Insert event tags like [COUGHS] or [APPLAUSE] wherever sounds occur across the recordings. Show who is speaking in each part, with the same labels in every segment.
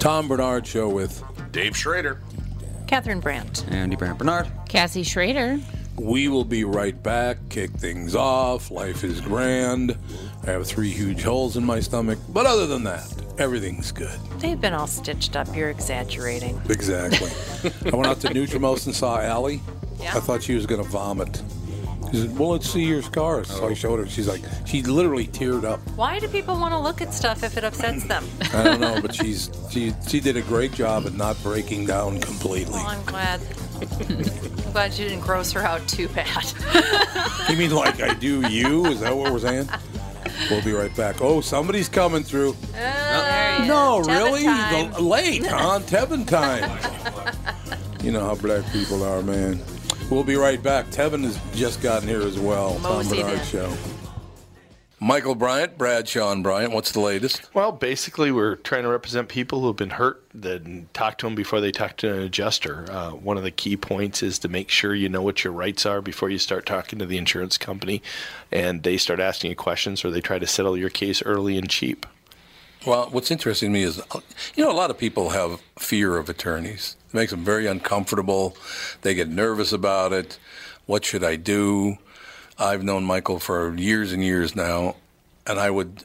Speaker 1: Tom Bernard Show with
Speaker 2: Dave Schrader.
Speaker 3: Catherine Brandt.
Speaker 4: Andy Brandt Bernard.
Speaker 3: Cassie Schrader.
Speaker 1: We will be right back. Kick things off. Life is grand. I have three huge holes in my stomach, but other than that, everything's good.
Speaker 3: They've been all stitched up. You're exaggerating.
Speaker 1: Exactly. [LAUGHS] I went out to Nutrimos and saw Allie.
Speaker 3: Yeah.
Speaker 1: I thought she was going to vomit. She said, "Well, let's see your scars."
Speaker 2: Oh.
Speaker 1: So I showed her. She's like, she literally teared up.
Speaker 3: Why do people want to look at stuff if it upsets them?
Speaker 1: [LAUGHS] I don't know, but she's she she did a great job at not breaking down completely.
Speaker 3: Well, Oh, I'm glad. I'm glad you didn't gross her out too bad.
Speaker 1: You mean like I do you? Is that what we're saying? We'll be right back. Oh, somebody's coming through.
Speaker 3: Oh,
Speaker 1: No,
Speaker 3: Tevin
Speaker 1: really?
Speaker 3: time.
Speaker 1: The- late,
Speaker 5: [LAUGHS]
Speaker 1: huh? Tevin time. you know how black people are, man. We'll be right back. Tevin has just gotten here as well. Tom
Speaker 3: Moseyed
Speaker 1: Bernard
Speaker 3: in.
Speaker 1: Show. Michael Bryant, Brad Sean Bryant, what's the latest?
Speaker 2: Well, basically, we're trying to represent people who have been hurt, then talk to them before they talk to an adjuster. Uh, one of the key points is to make sure you know what your rights are before you start talking to the insurance company and they start asking you questions or they try to settle your case early and cheap.
Speaker 1: Well, what's interesting to me is, you know, a lot of people have fear of attorneys. It makes them very uncomfortable. They get nervous about it. What should I do? I've known Michael for years and years now, and I would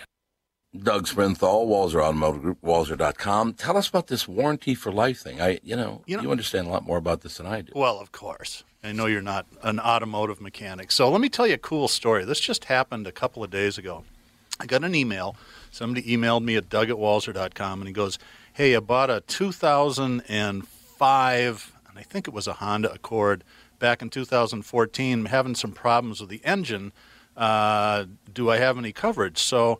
Speaker 6: Doug Sprinthal, Walzer Automotive Group, Walzer.com. Tell us about this warranty for life thing. I, you know, you,
Speaker 7: You know-
Speaker 6: understand a lot more about this than I do.
Speaker 7: Well, of course. I know you're not an automotive mechanic. So let me tell you a cool story. This just happened a couple of days ago. I got an email. Somebody emailed me at doug at walzer.com and he goes, Hey, I bought a 2005, and I think it was a Honda Accord back in 2014, I'm having some problems with the engine. Uh, do I have any coverage? So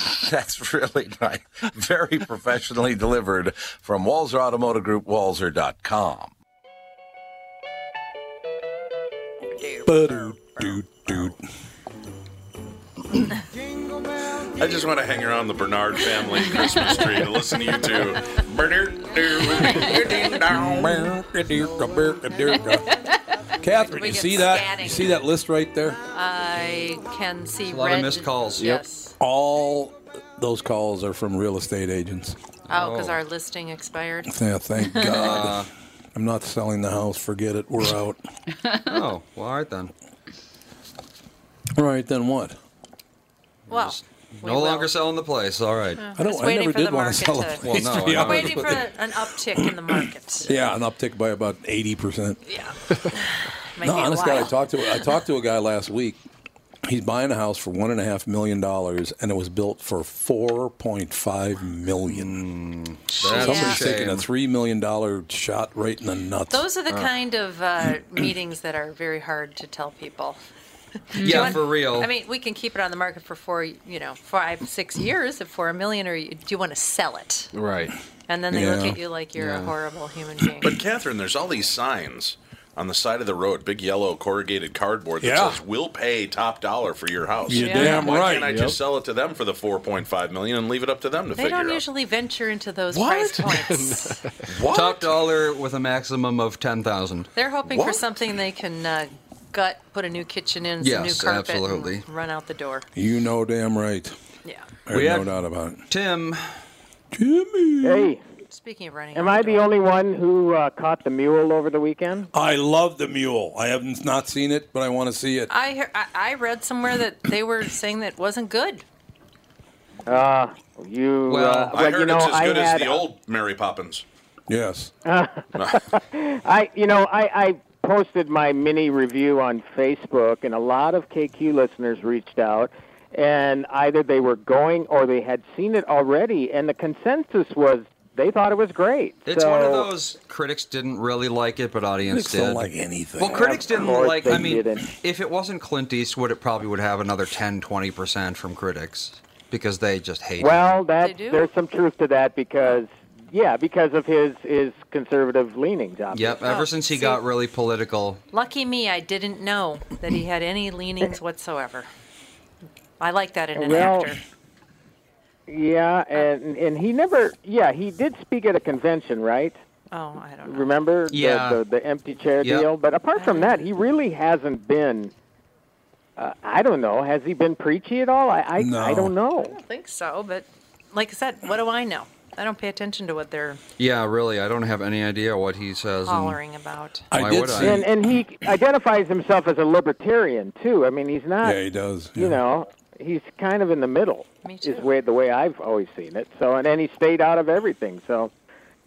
Speaker 6: That's really nice. Very professionally delivered from Walzer Automotive Group,
Speaker 1: [LAUGHS]
Speaker 6: Walzer.com.
Speaker 1: Ba-do-do-do.
Speaker 8: I just want to hang around the Bernard family Christmas tree to listen to you two. Bernard,
Speaker 1: Catherine,
Speaker 3: We
Speaker 1: you
Speaker 3: get
Speaker 1: see that?
Speaker 3: scatting.
Speaker 1: You see that list right there?
Speaker 3: I can see
Speaker 5: A lot of
Speaker 3: red.
Speaker 5: missed calls.
Speaker 3: Yes.
Speaker 1: All those calls are from real estate agents.
Speaker 3: Oh, because our listing expired.
Speaker 1: Yeah,
Speaker 3: [LAUGHS]
Speaker 1: thank God. I'm not selling the house. Forget it. We're out.
Speaker 5: [LAUGHS] Oh, well, all right then.
Speaker 1: All right, then what?
Speaker 3: Well, we
Speaker 5: no
Speaker 3: will.
Speaker 5: longer selling the [LAUGHS] place. All right.
Speaker 1: I don't.
Speaker 3: Just
Speaker 1: I
Speaker 3: waiting
Speaker 1: never
Speaker 3: for
Speaker 1: did
Speaker 3: the
Speaker 1: want to sell
Speaker 3: market
Speaker 1: a
Speaker 3: to-
Speaker 5: Well,
Speaker 1: place.
Speaker 5: no,
Speaker 1: to
Speaker 5: I
Speaker 1: be
Speaker 5: know,
Speaker 1: honest
Speaker 3: Waiting
Speaker 1: with
Speaker 3: for
Speaker 1: you.
Speaker 3: an uptick in
Speaker 1: [CLEARS THROAT]
Speaker 3: the market.
Speaker 1: Yeah, an uptick by about eighty percent.
Speaker 3: Yeah. Might
Speaker 1: No,
Speaker 3: be a
Speaker 1: honest guy. I
Speaker 3: while.
Speaker 1: talked to I talked to a guy last week. He's buying a house for one and a half million dollars, and it was built for four point five million.
Speaker 5: Hmm, That's a
Speaker 1: Somebody's taking a
Speaker 5: shame.
Speaker 1: three million dollar shot right in the nuts.
Speaker 3: Those are the kind of uh, [CLEARS THROAT] meetings that are very hard to tell people.
Speaker 5: Yeah, for real.
Speaker 3: I mean, we can keep it on the market for four, you know, five, six years for a million, or you- do you want to sell it?
Speaker 5: right.
Speaker 3: And then they look
Speaker 1: Yeah.
Speaker 3: at you like you're a
Speaker 5: Yeah.
Speaker 3: horrible human being.
Speaker 8: But Catherine, there's all these signs on the side of the road, big yellow corrugated cardboard that
Speaker 1: Yeah.
Speaker 8: says "We'll pay top dollar for your house."
Speaker 1: You're
Speaker 3: Yeah.
Speaker 1: damn
Speaker 8: Why
Speaker 1: right.
Speaker 8: can't I just sell it to them for the 4.5 million and leave it up to them to
Speaker 3: they
Speaker 8: figure
Speaker 3: don't
Speaker 8: out?
Speaker 3: usually venture into those price points.
Speaker 8: what?
Speaker 5: Top dollar with a maximum of ten thousand.
Speaker 3: They're hoping for
Speaker 8: What?
Speaker 3: something they can uh, gut, put a new kitchen in, some
Speaker 5: Yes,
Speaker 3: new carpet, and
Speaker 5: absolutely.
Speaker 3: run out the door.
Speaker 1: You know damn right.
Speaker 3: Yeah.
Speaker 1: There's
Speaker 5: We
Speaker 1: no
Speaker 5: had-
Speaker 1: doubt about it.
Speaker 5: Tim,
Speaker 1: Jimmy,
Speaker 9: Hey,
Speaker 3: Speaking of running,
Speaker 9: am
Speaker 3: out
Speaker 9: I
Speaker 3: the
Speaker 9: the
Speaker 3: door.
Speaker 9: only one who uh, caught the mule over
Speaker 1: [LAUGHS]
Speaker 9: the weekend?
Speaker 1: I love the mule. I have not seen it, but I want to see it.
Speaker 3: I, hear, I I read somewhere that they were saying that wasn't good.
Speaker 9: Ah, You
Speaker 5: Well,
Speaker 9: uh,
Speaker 8: I heard
Speaker 9: you know,
Speaker 8: it's as
Speaker 9: I
Speaker 8: good
Speaker 9: had,
Speaker 8: as the old Mary Poppins.
Speaker 1: Yes. [LAUGHS]
Speaker 9: I you know I, I posted my mini review on Facebook, and a lot of KQ listeners reached out, and either they were going or they had seen it already, and the consensus was they thought it was great.
Speaker 5: it's
Speaker 9: so,
Speaker 5: one of those critics didn't really like it, but audience
Speaker 1: Critics
Speaker 5: did.
Speaker 1: don't like anything.
Speaker 5: well, critics didn't
Speaker 9: course
Speaker 5: like.
Speaker 9: they
Speaker 5: I mean,
Speaker 9: didn't.
Speaker 5: if it wasn't Clint Eastwood, it probably would have another 10, 20 percent from critics because they just hate. it.
Speaker 9: Well, that
Speaker 3: They do.
Speaker 9: there's some truth to that because yeah, because of his his conservative leanings. Obviously.
Speaker 5: Yep. Ever since he
Speaker 3: Oh, see-
Speaker 5: got really political,
Speaker 3: Lucky me, I didn't know that he had any leanings whatsoever. I like that in an
Speaker 9: Well,
Speaker 3: actor.
Speaker 9: Yeah, and and he never. Yeah, he did speak at a convention, right?
Speaker 3: Oh, I don't know.
Speaker 9: Remember the-
Speaker 5: Yeah.
Speaker 9: the, the, empty chair
Speaker 5: Yep.
Speaker 9: deal? But apart from that, he really hasn't been. Uh, I don't know. Has he been preachy at all? I I,
Speaker 1: No.
Speaker 9: I don't know.
Speaker 3: I don't think so, but like I said, what do I know? I don't pay attention to what they're
Speaker 5: yeah, really, I don't have any idea what he says. and-
Speaker 3: hollering about.
Speaker 1: I
Speaker 5: Why
Speaker 1: did
Speaker 5: would I?
Speaker 1: see.
Speaker 9: And and he identifies himself as a libertarian too. I mean, he's not.
Speaker 1: Yeah, he does.
Speaker 9: You
Speaker 1: yeah.
Speaker 9: know, he's kind of in the middle.
Speaker 3: Me
Speaker 9: Is
Speaker 3: too.
Speaker 9: way the way I've always seen it. So and then he stayed out of everything. So.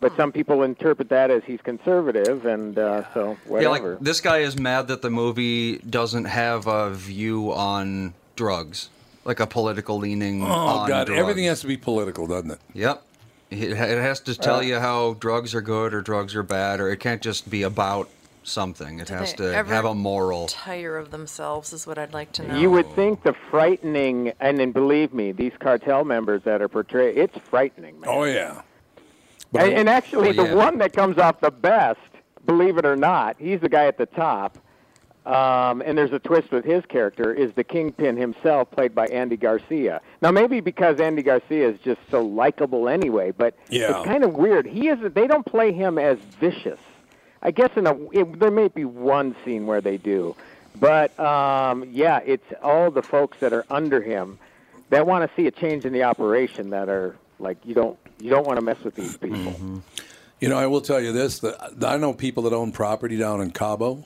Speaker 9: But some people interpret that as he's conservative, and uh, so
Speaker 5: Yeah,
Speaker 9: whatever.
Speaker 5: like this guy is mad that the movie doesn't have a view on drugs, like a political leaning.
Speaker 1: Oh
Speaker 5: on
Speaker 1: God!
Speaker 5: drugs.
Speaker 1: Everything has to be political, doesn't it?
Speaker 5: Yep. It ha- it has to tell you how drugs are good or drugs are bad, or it can't just be about something. It has
Speaker 3: they
Speaker 5: to
Speaker 3: ever
Speaker 5: have a moral.
Speaker 3: Tire of themselves is what I'd like to know.
Speaker 9: You would think the frightening, and then believe me, these cartel members that are portrayed, it's frightening, man.
Speaker 1: Oh yeah.
Speaker 9: and, and actually,
Speaker 5: Well, yeah.
Speaker 9: the one that comes off the best, believe it or not, he's the guy at the top. Um, and there's a twist with his character is the kingpin himself, played by Andy Garcia. Now maybe because Andy Garcia is just so likable anyway, but
Speaker 1: Yeah.
Speaker 9: it's kind of weird. He is. They don't play him as vicious. I guess in a it, there may be one scene where they do, but um, yeah, it's all the folks that are under him that want to see a change in the operation that are like you don't you don't want to mess with these people.
Speaker 1: Mm-hmm. You know, I will tell you this: that I know people that own property down in Cabo.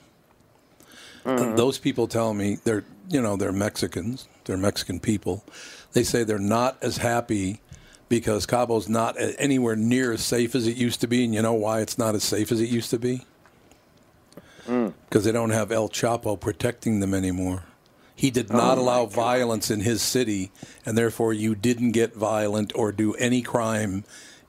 Speaker 9: Mm-hmm.
Speaker 1: And Those people tell me they're, you know, they're Mexicans. They're Mexican people. They say they're not as happy because Cabo's not a- anywhere near as safe as it used to be. And you know why it's not as safe as it used to be?
Speaker 9: Mm.
Speaker 1: Because they don't have El Chapo protecting them anymore. He
Speaker 9: Oh
Speaker 1: did not allow violence in his city, and therefore you didn't get violent or do any crime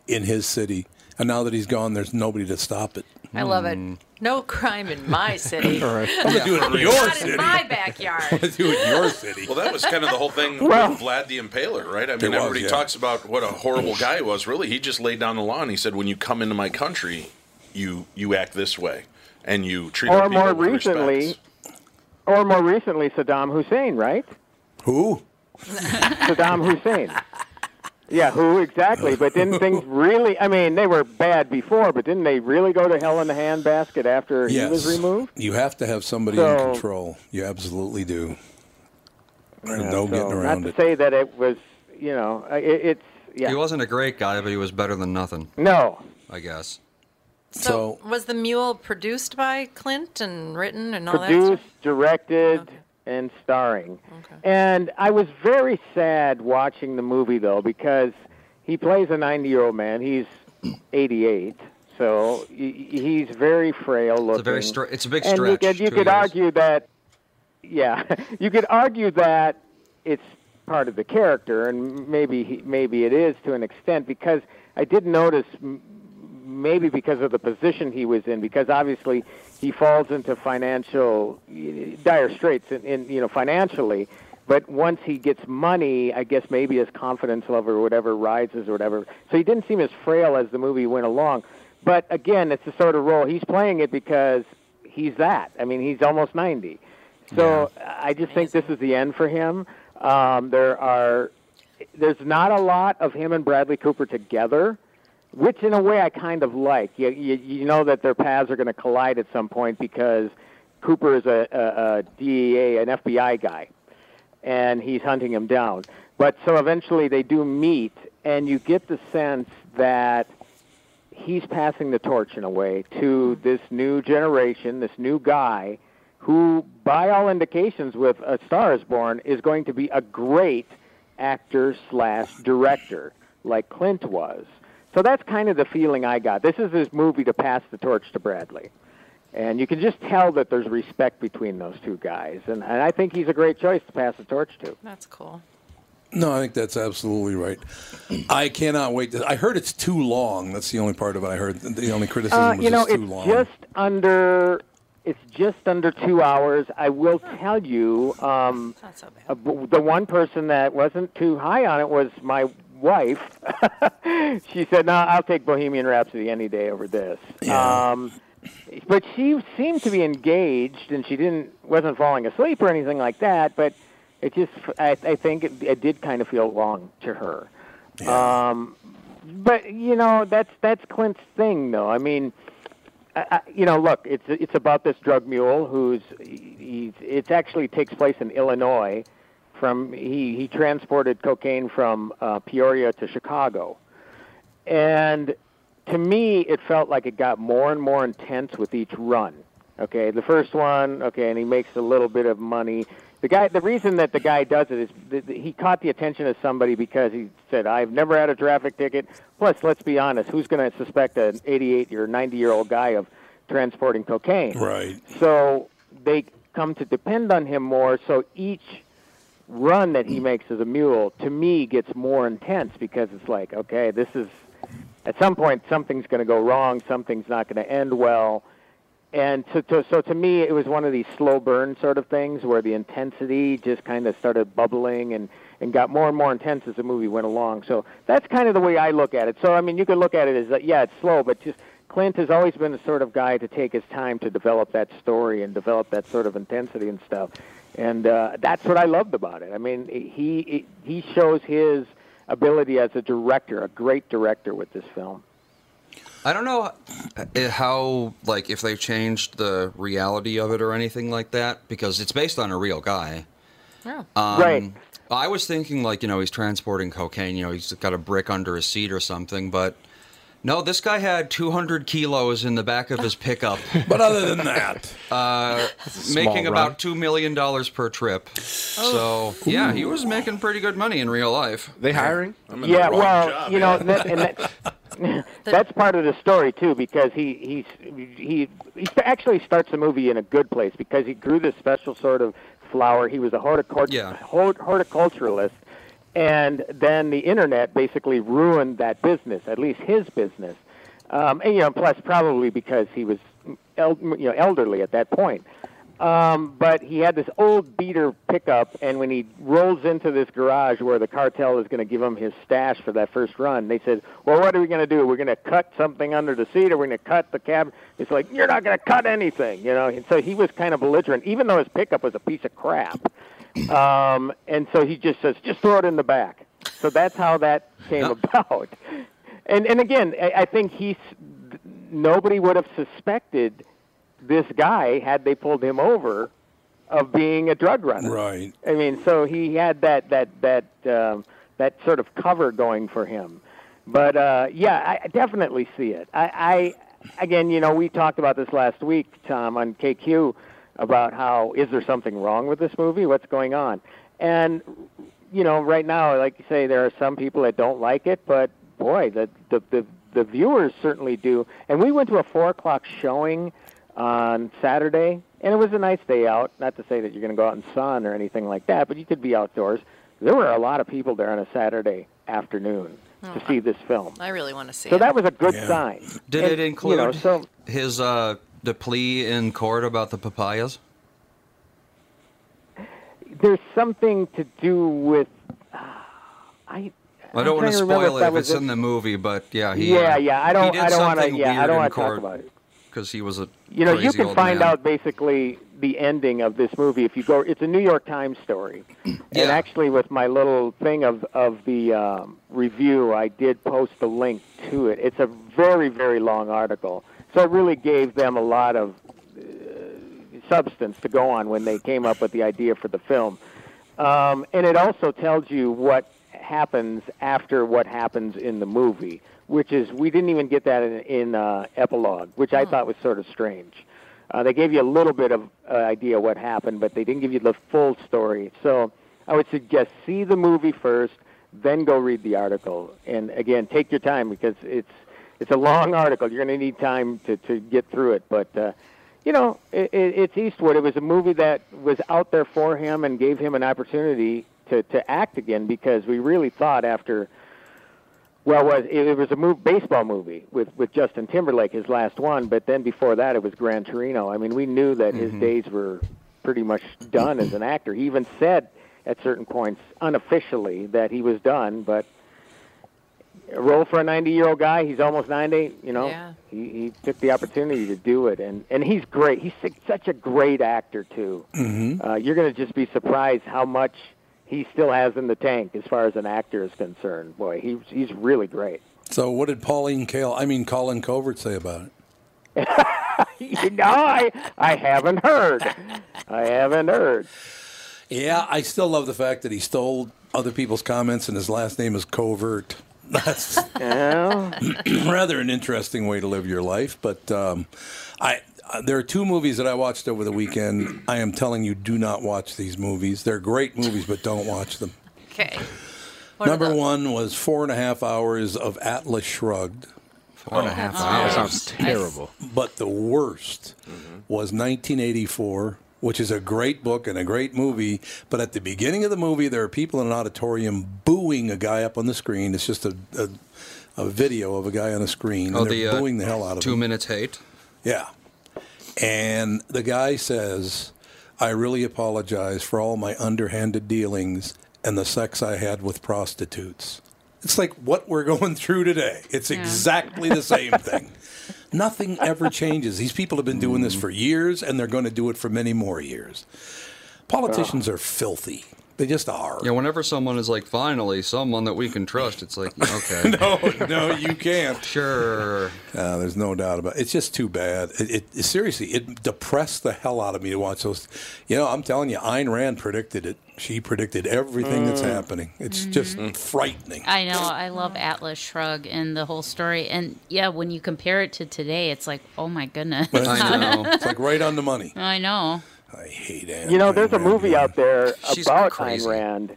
Speaker 1: in his city. And now that he's gone, there's nobody to stop it.
Speaker 3: I love it.
Speaker 1: Hmm.
Speaker 3: No crime in
Speaker 9: [LAUGHS]
Speaker 3: my city.
Speaker 1: Mm.
Speaker 3: [LAUGHS]
Speaker 1: Do it in your
Speaker 3: Not in
Speaker 1: city.
Speaker 3: my backyard.
Speaker 1: [LAUGHS] Do it in your city.
Speaker 8: Well, that was kind of the whole thing with Vlad the Impaler, right? I mean,
Speaker 1: was,
Speaker 8: everybody
Speaker 1: yeah.
Speaker 8: talks about what
Speaker 1: [CLEARS THROAT]
Speaker 8: a horrible guy he was. Really, he just laid down the law and he said, "When you come into my country, you you act this way, and you treat
Speaker 9: Or
Speaker 8: our people
Speaker 9: more
Speaker 8: with
Speaker 9: recently-
Speaker 8: respect."
Speaker 9: Or more recently, Saddam Hussein, right?
Speaker 1: Who?
Speaker 9: [LAUGHS] Saddam Hussein. Yeah, who exactly? But
Speaker 1: [LAUGHS]
Speaker 9: didn't things really? I mean, they were bad before, but didn't they really go to hell in the handbasket after he was
Speaker 1: Yes.
Speaker 9: removed?
Speaker 1: You have to have somebody
Speaker 9: So-
Speaker 1: in control. You absolutely do. There's
Speaker 9: Yeah,
Speaker 1: no
Speaker 9: so
Speaker 1: getting around
Speaker 9: Not
Speaker 1: it.
Speaker 9: to say that it was, you know, i- it, it's yeah.
Speaker 5: He wasn't a great guy, but he was better than nothing.
Speaker 9: No.
Speaker 5: I guess.
Speaker 3: Mm-hmm. So, was the mule produced by Clint and written and all that
Speaker 9: produced, directed, and starring. And I was very sad watching the movie though because he plays a 90-year-old man. He's 88, so he- he's very frail looking.
Speaker 5: It's a very stra- it's a big
Speaker 9: and
Speaker 5: stretch.
Speaker 9: you could, you
Speaker 5: two
Speaker 9: could
Speaker 5: years.
Speaker 9: argue that, yeah, [LAUGHS] you could argue that it's part of the character, and maybe he, maybe it is to an extent because I did notice. m- Maybe because of the position he was in, because obviously he falls into financial y- dire straits, in, in you know financially. But once he gets money, I guess maybe his confidence level or whatever rises or whatever. So he didn't seem as frail as the movie went along. But again, it's the sort of role he's playing it because he's that. I mean, he's almost 90. So I just think this is the end for him. Um, there are there's not a lot of him and Bradley Cooper together, which in a way I kind of like. You you, you know that their paths are going to collide at some point because Cooper is a, a, E a DEA, an FBI guy, and he's hunting him down. But so eventually they do meet, and you get the sense that he's passing the torch in a way to this new generation, this new guy, who, by all indications, with A Star Is Born, is going to be a great actor slash director, like Clint was. So that's kind of the feeling I got. This is his movie to pass the torch to Bradley. And you can just tell that there's respect between those two guys. And, and I think he's a great choice to pass the torch to.
Speaker 3: That's cool.
Speaker 1: No, I think that's absolutely right. I cannot wait. To, I heard it's too long. That's the only part of it I heard. The only criticism
Speaker 9: Uh,
Speaker 1: was
Speaker 9: you know,
Speaker 1: it's too
Speaker 9: it's
Speaker 1: long.
Speaker 9: just under it's just under two hours. I will tell you, um, uh, b- the one person that wasn't too high on it was my wife. [LAUGHS] she said, "No, I'll take Bohemian Rhapsody any day over this." Um, but she seemed to be engaged, and she didn't wasn't falling asleep or anything like that. But it just I, I think it, it did kind of feel long to her. Um, but you know that's that's Clint's thing, though. I mean, I, I, you know, look, it's it's about this drug mule who's he's it actually takes place in Illinois. From he he transported cocaine from uh, Peoria to Chicago, and to me it felt like it got more and more intense with each run. Okay, the first one, okay, and he makes a little bit of money. The guy, the reason that the guy does it is th- th- he caught the attention of somebody because he said, "I've never had a traffic ticket." Plus, let's be honest, who's going to suspect an 88 or 90 year old guy of transporting cocaine?
Speaker 1: Right.
Speaker 9: So they come to depend on him more. So each run that he makes as a mule, to me, gets more intense because it's like, okay, this is at some point something's going to go wrong, something's not going to end well. And so, to, so to me, it was one of these slow burn sort of things where the intensity just kind of started bubbling and, and got more and more intense as the movie went along. So that's kind of the way I look at it. So, I mean, you could look at it as, that, yeah, it's slow, but just Clint has always been the sort of guy to take his time to develop that story and develop that sort of intensity and stuff. And uh, that's what I loved about it. I mean, he, he shows his ability as a director, a great director with this film.
Speaker 5: I don't know uh, how, like, if they've changed the reality of it or anything like that, because it's based on a real guy.
Speaker 3: Yeah.
Speaker 5: Um,
Speaker 9: Right.
Speaker 5: I was thinking, like, you know, he's transporting cocaine, you know, he's got a brick under his seat or something, but no, this guy had 200 kilos in the back of his pickup.
Speaker 1: [LAUGHS] but other than that,
Speaker 5: [LAUGHS] uh,
Speaker 1: a
Speaker 5: making
Speaker 1: small
Speaker 5: about $2 million per trip. So, yeah, he was making pretty good money in real life.
Speaker 10: They hiring?
Speaker 9: yeah, well, you know, that, and that, that's part of the story too, because he he's, he he actually starts the movie in a good place because he grew this special sort of flower. He was a horticult- hort- horticulturalist, and then the internet basically ruined that business, at least his business. Um, and you know, plus probably because he was el- you know elderly at that point. Um, but he had this old beater pickup, and when he rolls into this garage where the cartel is going to give him his stash for that first run, they said, "Well, what are we going to do? We're going to cut something under the seat, or we're going to cut the cab." It's like you're not going to cut anything, you know. And so he was kind of belligerent, even though his pickup was a piece of crap. Um, and so he just says, just throw it in the back. So that's how that came about. And and again, I, I think he s- nobody would have suspected this guy had they pulled him over of being a drug runner.
Speaker 1: Right.
Speaker 9: I mean, so he had that that that um, that sort of cover going for him. But uh, yeah, I definitely see it. I, I again, you know, we talked about this last week, Tom, on KQ about how is there something wrong with this movie? What's going on? And you know, right now, like you say, there are some people that don't like it, but boy, the the the, the viewers certainly do. And we went to a four o'clock showing on Saturday, and it was a nice day out. Not to say that you're going to go out in sun or anything like that, but you could be outdoors. There were a lot of people there on a Saturday afternoon to see this film.
Speaker 3: I really want to see
Speaker 9: So
Speaker 3: it.
Speaker 9: that was a good sign.
Speaker 5: Did
Speaker 9: And,
Speaker 5: it
Speaker 9: You
Speaker 5: include
Speaker 9: know, so
Speaker 5: his uh, the plea in court about the papayas?
Speaker 9: there's something to do with. uh, I
Speaker 5: I
Speaker 9: I'm
Speaker 5: don't want
Speaker 9: trying
Speaker 5: to
Speaker 9: to remember
Speaker 5: spoil
Speaker 9: if
Speaker 5: it
Speaker 9: that
Speaker 5: if
Speaker 9: was
Speaker 5: it's
Speaker 9: it.
Speaker 5: in the movie, but yeah, he uh,
Speaker 9: Yeah, yeah, I don't-
Speaker 5: he did
Speaker 9: I don't wanna-
Speaker 5: something
Speaker 9: yeah, I
Speaker 5: weird
Speaker 9: don't
Speaker 5: in
Speaker 9: wanna talk
Speaker 5: court
Speaker 9: about it
Speaker 5: because he was a
Speaker 9: you know you
Speaker 5: crazy
Speaker 9: can
Speaker 5: old
Speaker 9: find
Speaker 5: man.
Speaker 9: out basically the ending of this movie if you go it's a new york times
Speaker 5: [CLEARS THROAT]
Speaker 9: story and actually with my little thing of of the um, review i did post a link to it it's a very very long article so it really gave them a lot of uh, substance to go on when they came up with the idea for the film um, and it also tells you what happens after what happens in the movie, which is we didn't even get that in, in uh, epilogue, which I thought was sort of strange. Uh, they gave you a little bit of uh, idea what happened, but they didn't give you the full story. So I would suggest see the movie first, then go read the article. And again, take your time because it's it's a long article. You're going to need time to, to get through it, but. Uh, you know, it, it, it's Eastwood. It was a movie that was out there for him and gave him an opportunity to, to act again because we really thought after, well, was it, it was a move, baseball movie with, with Justin Timberlake, his last one, but then before that it was Gran Torino. I mean, we knew that his days were pretty much done as an actor. He even said at certain points unofficially that he was done, but a role for a 90 year old guy. He's almost 90. You know,
Speaker 3: Yeah.
Speaker 9: he, he took the opportunity to do it, and and he's great. He's su- such a great actor too.
Speaker 1: Mm-hmm.
Speaker 9: Uh, you're going to just be surprised how much he still has in the tank as far as an actor is concerned. Boy, he he's really great.
Speaker 1: So, what did Pauline Kael, I mean Colin Covert, say about it?
Speaker 9: you know, I I haven't heard. [LAUGHS] I haven't heard.
Speaker 1: Yeah, I still love the fact that he stole other people's comments and his last name is Covert. [LAUGHS] That's [CLEARS THROAT] rather an interesting way to live your life. But um, I, uh, there are two movies that I watched over the weekend. I am telling you, do not watch these movies. They're great movies, but don't watch them.
Speaker 3: Okay.
Speaker 1: Number one was four and a half hours of Atlas Shrugged.
Speaker 5: Four and a half Oh. hours. That sounds terrible.
Speaker 1: But the worst was 1984, which is a great book and a great movie. But at the beginning of the movie, there are people in an auditorium booing a guy up on the screen. It's just a, a, a video of a guy on a screen. and
Speaker 5: Oh, the,
Speaker 1: they're
Speaker 5: uh,
Speaker 1: booing the hell out of
Speaker 5: two
Speaker 1: him.
Speaker 5: minutes hate.
Speaker 1: Yeah. And the guy says, I really apologize for all my underhanded dealings and the sex I had with prostitutes. It's like what we're going [LAUGHS] through today. It's exactly the same thing. Nothing ever changes. These people have been doing this for years and they're going to do it for many more years. Politicians are filthy. They just are.
Speaker 5: Yeah, whenever someone is like, finally, someone that we can trust,
Speaker 1: [LAUGHS]
Speaker 5: it's like, okay.
Speaker 1: no, Oh, no, you can't.
Speaker 5: Sure.
Speaker 1: Uh, there's no doubt about it. It's just too bad. It, it, it- seriously, it depressed the hell out of me to watch those. You know, I'm telling you, Ayn Rand predicted it. She predicted everything that's
Speaker 10: Mm.
Speaker 1: happening. It's just frightening.
Speaker 10: I know. I love Atlas Shrug and the whole story. And yeah, when you compare it to today, it's like, oh my goodness.
Speaker 1: [LAUGHS]
Speaker 10: [LAUGHS]
Speaker 1: it's like right on the money.
Speaker 10: I know.
Speaker 1: I hate it.
Speaker 9: you know, there's a movie out there
Speaker 1: She's
Speaker 9: about
Speaker 1: crazy.
Speaker 9: Ayn Rand.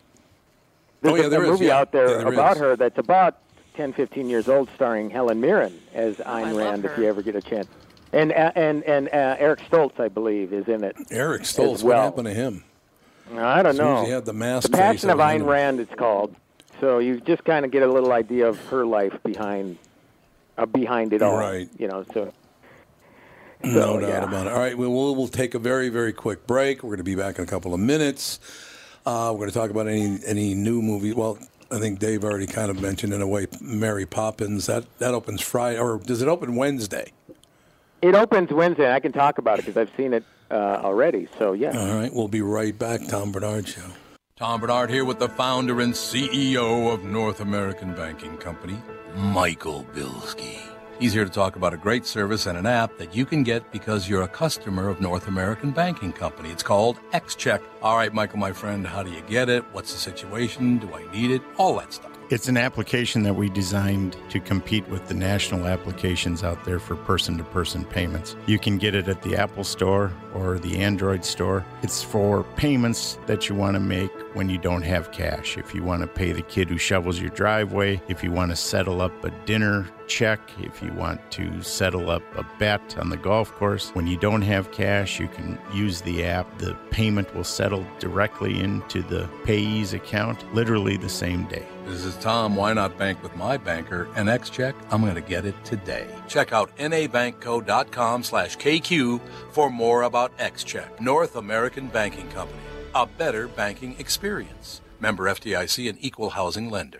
Speaker 1: Oh,
Speaker 9: There's
Speaker 1: yeah,
Speaker 9: a,
Speaker 1: there
Speaker 9: a
Speaker 1: is,
Speaker 9: movie
Speaker 1: yeah.
Speaker 9: out there,
Speaker 1: Yeah, there
Speaker 9: about
Speaker 1: is.
Speaker 9: her that's about 10, 15 years old, starring Helen Mirren as Ayn Rand, if
Speaker 1: her.
Speaker 9: you ever get a chance. And uh, and and uh, Eric Stoltz, I believe, is in it.
Speaker 1: Eric Stoltz,
Speaker 9: as well.
Speaker 1: what happened to him?
Speaker 9: I don't
Speaker 1: As soon as
Speaker 9: know.
Speaker 1: he had the mask
Speaker 9: The
Speaker 1: face,
Speaker 9: Passion of
Speaker 1: I hated
Speaker 9: Ayn
Speaker 1: him.
Speaker 9: Rand, it's called. So you just kind of get a little idea of her life behind uh, behind it all.
Speaker 1: Right.
Speaker 9: You know, so
Speaker 1: No
Speaker 9: So,
Speaker 1: doubt
Speaker 9: yeah.
Speaker 1: about it. All right, we will we'll take a very very quick break. We're going to be back in a couple of minutes. Uh, we're going to talk about any any new movie. Well, I think Dave already kind of mentioned in a way Mary Poppins. That that opens Friday or does it open Wednesday?
Speaker 9: it opens Wednesday. I can talk about it because I've seen it uh, already. So yeah.
Speaker 1: All right, we'll be right back. Tom Bernard Show.
Speaker 11: Tom Bernard here with the founder and CEO of North American Banking Company, Michael Bilski. He's here to talk about a great service and an app that you can get because you're a customer of North American Banking Company. It's called XCheck. All right, Michael, my friend, how do you get it? What's the situation? Do I need it? All that stuff.
Speaker 12: It's an application that we designed to compete with the national applications out there for person to person payments. You can get it at the Apple Store or the Android Store. It's for payments that you want to make when you don't have cash. If you want to pay the kid who shovels your driveway, if you want to settle up a dinner check, if you want to settle up a bet on the golf course, when you don't have cash, you can use the app. The payment will settle directly into the payee's account literally the same day.
Speaker 11: This is Tom. Why not bank with my banker? And XCheck, I'm going to get it today. Check out nabankco.com slash KQ for more about XCheck, North American Banking Company, a better banking experience. Member FDIC and equal housing lender.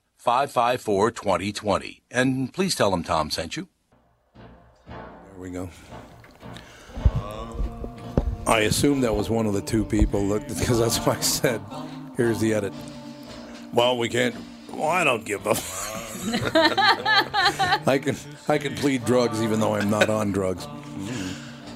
Speaker 11: 554 2020. And please tell them Tom sent you.
Speaker 1: There we go. I assume that was one of the two people that, because that's why I said, here's the edit. Well, we can't. Well, I don't give up. [LAUGHS] I can I can plead drugs even though I'm not on drugs.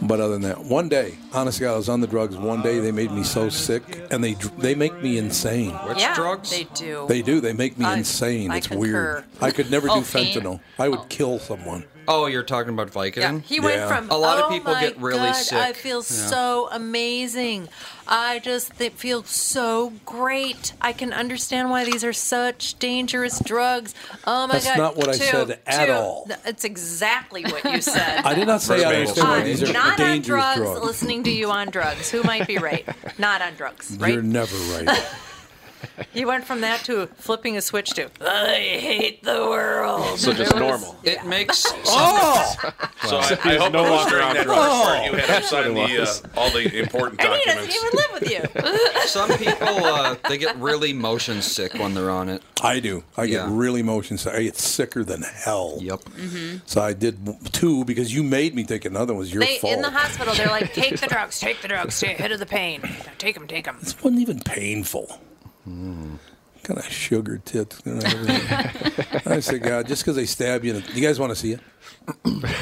Speaker 1: But other than that, one day, honestly, I was on the drugs. One day, they made me so sick, and they dr- they make me insane.
Speaker 3: yeah, They do.
Speaker 1: They do. They make me
Speaker 3: I-
Speaker 1: insane.
Speaker 3: I
Speaker 1: it's weird.
Speaker 3: concur.
Speaker 1: I could never do
Speaker 3: Oh, pain.
Speaker 1: fentanyl. I would kill someone.
Speaker 5: Oh, you're talking about Vicodin?
Speaker 3: Yeah, he went from
Speaker 5: a lot
Speaker 3: "Oh
Speaker 5: of people
Speaker 3: my
Speaker 5: get really
Speaker 3: God,
Speaker 5: sick.
Speaker 3: I feel
Speaker 5: Yeah.
Speaker 3: so amazing. I just th- feel so great. I can understand why these are such dangerous drugs. Oh my
Speaker 1: That's
Speaker 3: god!
Speaker 1: not what I
Speaker 3: Two,
Speaker 1: said at
Speaker 3: two.
Speaker 1: all.
Speaker 3: Th- It's exactly what
Speaker 1: [LAUGHS]
Speaker 3: you said.
Speaker 1: I did not say I understand
Speaker 3: First of all,
Speaker 1: why these are
Speaker 3: not on
Speaker 1: dangerous
Speaker 3: drugs,
Speaker 1: drugs.
Speaker 3: Listening to you on drugs, who might be right? Not on drugs,
Speaker 1: You're
Speaker 3: right?
Speaker 1: never
Speaker 3: [LAUGHS]
Speaker 1: right.
Speaker 3: He went from that to flipping a switch to I hate the world.
Speaker 2: So just
Speaker 3: It was-
Speaker 2: normal.
Speaker 5: It
Speaker 3: [LAUGHS]
Speaker 5: makes.
Speaker 3: Oh!
Speaker 8: So [LAUGHS] I,
Speaker 2: So
Speaker 8: I
Speaker 2: he's
Speaker 8: hope
Speaker 2: no
Speaker 3: [LAUGHS]
Speaker 8: it was
Speaker 2: longer
Speaker 8: during
Speaker 2: on
Speaker 8: that
Speaker 2: drugs.
Speaker 8: part you
Speaker 1: Oh.
Speaker 8: had him sign
Speaker 2: That's what it
Speaker 8: the,
Speaker 2: was.
Speaker 8: uh, all
Speaker 1: [LAUGHS]
Speaker 8: the important
Speaker 3: And he doesn't
Speaker 8: documents.
Speaker 3: even live with you.
Speaker 5: Some people uh, they get really motion sick when they're on it.
Speaker 1: I do. I get
Speaker 5: Yeah.
Speaker 1: really motion sick. I get sicker than hell. Yep.
Speaker 3: Mhm.
Speaker 1: So I did w- two because you made me take another one. It was your
Speaker 3: they
Speaker 1: fault.
Speaker 3: in the hospital. They're like,
Speaker 1: [LAUGHS]
Speaker 3: take the drugs, take the drugs, stay ahead of the pain. Now, Take them, take them.
Speaker 1: This wasn't
Speaker 3: [LAUGHS]
Speaker 1: even [LAUGHS] painful. Kind of sugar tits. you know,
Speaker 3: [LAUGHS]
Speaker 1: everything. I say, God, just because they stab you, in the- you guys want to see it?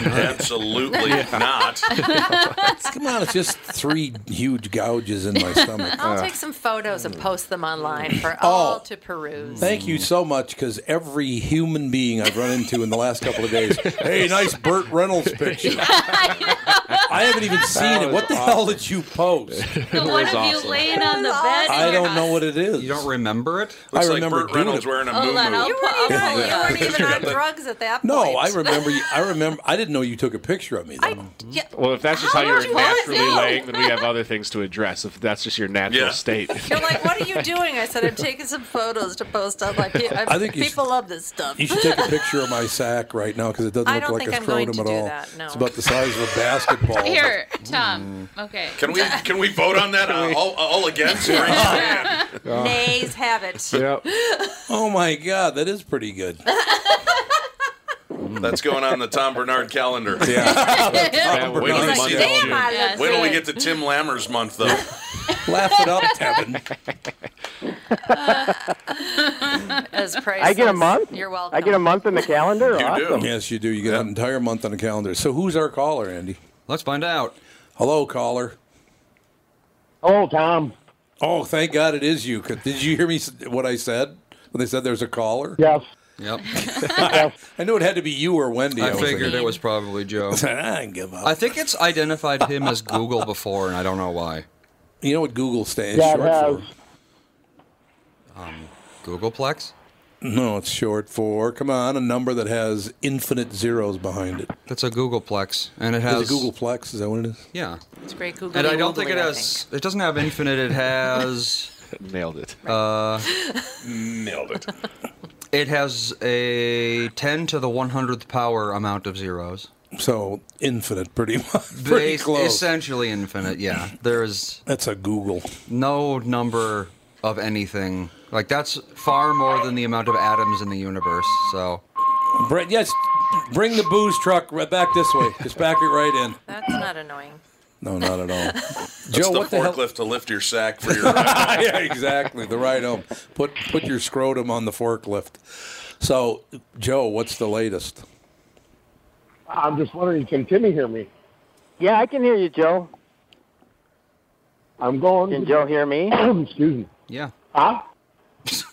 Speaker 8: Absolutely not.
Speaker 1: Come on, it's just three huge gouges in my stomach. Uh.
Speaker 3: I'll take some photos and post them online for
Speaker 1: Oh.
Speaker 3: all to peruse.
Speaker 1: Thank you so much because every human being I've run into in the last couple of
Speaker 3: [LAUGHS]
Speaker 1: days, hey, nice Burt Reynolds picture. I haven't even seen it. What the hell did you
Speaker 5: [LAUGHS]
Speaker 1: post?
Speaker 10: The one of you laying on the bed.
Speaker 1: I don't know what it is. You
Speaker 5: don't remember it?
Speaker 1: I remember
Speaker 8: Burt
Speaker 1: [LAUGHS]
Speaker 8: Reynolds wearing a
Speaker 10: Hold
Speaker 8: moo
Speaker 10: on, I'll
Speaker 8: moo.
Speaker 10: put- I'll
Speaker 3: You
Speaker 10: put-
Speaker 3: weren't you weren't even on
Speaker 8: Yeah.
Speaker 3: drugs at that point.
Speaker 1: No, I remember. you- I remember. I didn't know you took a picture of me. Though.
Speaker 3: [LAUGHS] Yeah.
Speaker 13: Well, if that's just how,
Speaker 3: How would
Speaker 13: you're
Speaker 3: you
Speaker 13: naturally
Speaker 3: know?
Speaker 13: laying, then we have other things to address. If that's just your natural state.
Speaker 3: You're like, what are you doing? I said, I'm taking some photos to post up. Like, I,
Speaker 1: I think you
Speaker 3: people love this stuff.
Speaker 1: You should take a picture of my sack right now because it doesn't
Speaker 3: I
Speaker 1: look
Speaker 3: don't
Speaker 1: like
Speaker 3: think
Speaker 1: a
Speaker 3: I'm going
Speaker 1: scrotum
Speaker 3: to
Speaker 1: at
Speaker 3: do
Speaker 1: all.
Speaker 3: that, no.
Speaker 1: It's about the size of a
Speaker 3: [LAUGHS]
Speaker 1: basketball.
Speaker 10: Here, Tom.
Speaker 1: Mm.
Speaker 10: Okay.
Speaker 8: Can we can we vote on that? Uh, all,
Speaker 3: [LAUGHS]
Speaker 8: all against? or
Speaker 3: Nays
Speaker 1: [LAUGHS]
Speaker 3: have it. [LAUGHS]
Speaker 1: Oh my God, that is pretty good.
Speaker 8: oh, That's going on the Tom Bernard calendar. [LAUGHS]
Speaker 1: Yeah.
Speaker 8: Tom Wait till you
Speaker 1: Bernard
Speaker 8: see
Speaker 1: calendar.
Speaker 8: that.
Speaker 1: Damn, I
Speaker 8: Wait till we
Speaker 1: love
Speaker 8: get to Tim Lammers month though.
Speaker 1: Laugh it up, Tevin.
Speaker 10: [LAUGHS]
Speaker 3: As priceless.
Speaker 9: [LAUGHS] I get a month.
Speaker 3: You're welcome.
Speaker 9: I get a month in the calendar. awesome.
Speaker 1: Yes, you do. You get an entire month on the calendar. So who's our caller, Andy?
Speaker 5: Let's find out.
Speaker 1: Hello, caller.
Speaker 9: Hello, Tom.
Speaker 1: Oh, thank God it is you. 'cause Did you hear me s- what I said when they said there's a caller?
Speaker 9: Yes. [LAUGHS]
Speaker 5: Yep.
Speaker 1: I knew it had to be you or Wendy.
Speaker 5: I
Speaker 1: was
Speaker 5: figured
Speaker 1: thinking.
Speaker 5: it was probably Joe.
Speaker 1: [LAUGHS] I give up.
Speaker 5: I think it's identified him as Google before, and I don't know why.
Speaker 1: You know what Google stands
Speaker 5: Yeah, it
Speaker 1: short
Speaker 5: has.
Speaker 1: for?
Speaker 5: Um, Googleplex?
Speaker 1: No, it's short for, come on, a number that has infinite zeros behind it.
Speaker 5: That's a Googleplex. And it has-
Speaker 1: Is it Googleplex? Is that what it is?
Speaker 5: Yeah.
Speaker 3: It's great Google.
Speaker 5: And I don't think it has. It doesn't have infinite. It has.
Speaker 13: [LAUGHS] Nailed it.
Speaker 5: Uh,
Speaker 8: Nailed it.
Speaker 5: [LAUGHS] It has a 10 to the 100th power amount of zeros.
Speaker 1: So infinite, pretty much. [LAUGHS]
Speaker 5: They-
Speaker 1: Pretty close.
Speaker 5: Essentially infinite, yeah. There is.
Speaker 1: That's a Google.
Speaker 5: No number of anything. Like, that's far more than the amount of atoms in the universe, so.
Speaker 1: Brett, yes, bring the booze truck right back this way. Just back it right in.
Speaker 3: That's not annoying.
Speaker 1: No, not at
Speaker 5: [LAUGHS]
Speaker 1: all.
Speaker 8: That's
Speaker 1: Joe,
Speaker 8: the
Speaker 1: what the hell?
Speaker 8: forklift to lift your
Speaker 1: [LAUGHS]
Speaker 8: sack for your.
Speaker 1: yeah, exactly. The ride home. Put put your scrotum on the forklift. So, Joe, what's the latest?
Speaker 14: I'm just wondering, can Timmy hear me?
Speaker 9: Yeah, I can hear you, Joe.
Speaker 14: I'm going.
Speaker 9: Can Joe hear me?
Speaker 14: [COUGHS] Excuse me.
Speaker 5: Yeah.
Speaker 14: Huh?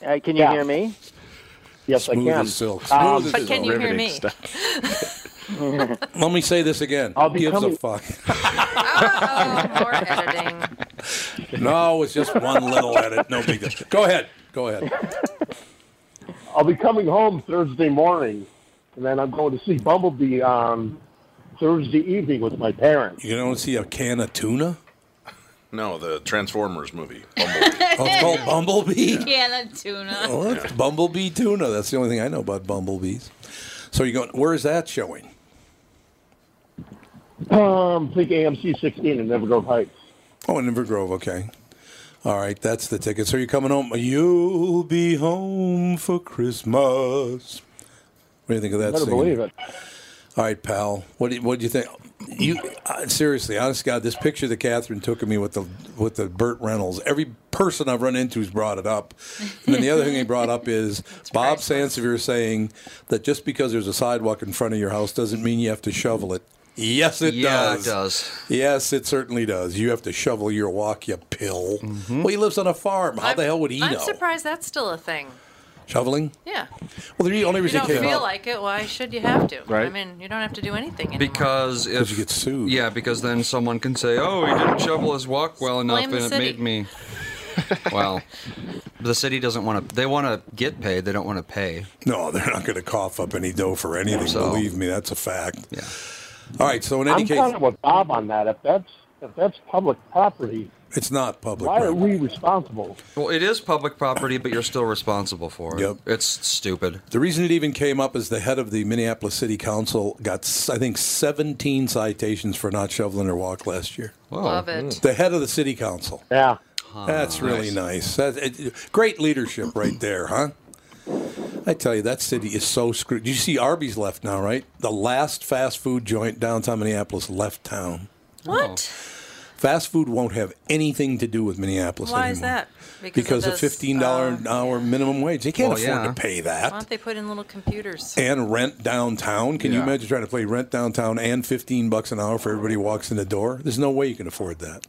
Speaker 9: Uh, can you
Speaker 14: Yeah.
Speaker 9: hear me?
Speaker 14: Yes,
Speaker 1: Smooth
Speaker 14: I can.
Speaker 1: as silk. Smooth
Speaker 14: Um,
Speaker 1: as But can you hear me? Let me say this again.
Speaker 14: I'll
Speaker 1: Who
Speaker 14: be
Speaker 1: gives
Speaker 14: coming-
Speaker 1: a [LAUGHS] fuck? Oh, No, it's just one little edit. No big deal. Go ahead. Go ahead.
Speaker 14: I'll be coming home Thursday morning, and then I'm going to see Bumblebee on Thursday evening with my parents.
Speaker 1: You don't see a can of tuna?
Speaker 8: No, Oh, the Transformers movie.
Speaker 1: Oh, it's called Bumblebee.
Speaker 10: [LAUGHS] Yeah, that tuna.
Speaker 1: [LAUGHS] Oh, that's Bumblebee tuna. That's the only thing I know about bumblebees. So you going? Where is that showing?
Speaker 14: Um, think AMC 16 in Nevergrove Heights.
Speaker 1: Oh, in Invergrove. Okay. All right, that's the ticket. So you're coming home. You'll be home for Christmas. What do you think of that?
Speaker 14: Better
Speaker 1: singing?
Speaker 14: believe it.
Speaker 1: All right, pal. What do you, what do you think? You uh, seriously, honest to God, this picture that Catherine took of me with the with the Burt Reynolds. Every person I've run into has brought it up. And then the other thing they brought up
Speaker 5: [LAUGHS]
Speaker 1: is Bob Sansevier saying that just because there's a sidewalk in front of your house doesn't mean you have to shovel it. Yes, it
Speaker 5: Yeah, it
Speaker 1: does.
Speaker 5: does.
Speaker 1: Yes, it certainly does. You have to shovel your walk, you pill.
Speaker 5: Mm-hmm.
Speaker 1: Well, he lives on a farm. How the hell would he
Speaker 3: I'm
Speaker 1: know?
Speaker 3: surprised that's still a thing.
Speaker 1: Shoveling?
Speaker 3: Yeah.
Speaker 1: Well, the only
Speaker 3: If you
Speaker 1: reason
Speaker 3: don't
Speaker 1: it came
Speaker 3: feel
Speaker 1: up.
Speaker 3: like it, why should you have to? I
Speaker 5: Right.
Speaker 3: mean, you don't have to do
Speaker 5: Oh,
Speaker 3: anything anymore.
Speaker 5: Because if you
Speaker 1: get sued,
Speaker 5: yeah, because then someone can say, "Oh, he didn't shovel his walk well enough,
Speaker 3: Blame
Speaker 5: and
Speaker 3: the
Speaker 5: it
Speaker 3: city.
Speaker 5: made me."
Speaker 3: [LAUGHS]
Speaker 5: Well, the city doesn't want to. They want to get paid. They don't want to pay.
Speaker 1: No, they're not going to cough up any dough for anything.
Speaker 5: So-
Speaker 1: Believe me, that's a fact. Yeah. All right. So in any
Speaker 14: I'm
Speaker 1: case,
Speaker 14: kind of with Bob on that. If that's if that's public property,
Speaker 1: it's not public.
Speaker 14: why are we responsible?
Speaker 5: Well, it is public property, but you're still responsible for it. Yep. It's stupid.
Speaker 1: The reason it even came up is the head of the Minneapolis City Council got, I think, 17 citations for not shoveling their walk last year.
Speaker 3: Love
Speaker 5: Hmm.
Speaker 3: it.
Speaker 1: The head of the City Council.
Speaker 14: Yeah.
Speaker 1: That's really nice. That, it, great leadership right there, huh? I tell you, that city is so screwed. You see, Arby's left now, right? The last fast food joint downtown Minneapolis left town.
Speaker 3: What?
Speaker 1: Fast food won't have anything to do with Minneapolis
Speaker 3: Why
Speaker 1: anymore.
Speaker 3: is that?
Speaker 1: Because,
Speaker 3: of uh,
Speaker 1: of fifteen dollar an hour minimum wage, they can't
Speaker 5: Well,
Speaker 1: afford
Speaker 5: yeah.
Speaker 1: to pay
Speaker 3: Why
Speaker 1: that.
Speaker 3: don't they put in little computers?
Speaker 1: And rent downtown. Can you
Speaker 3: Yeah.
Speaker 1: imagine trying to play rent downtown and fifteen bucks an hour for everybody who walks in the door? There's no way you can afford that.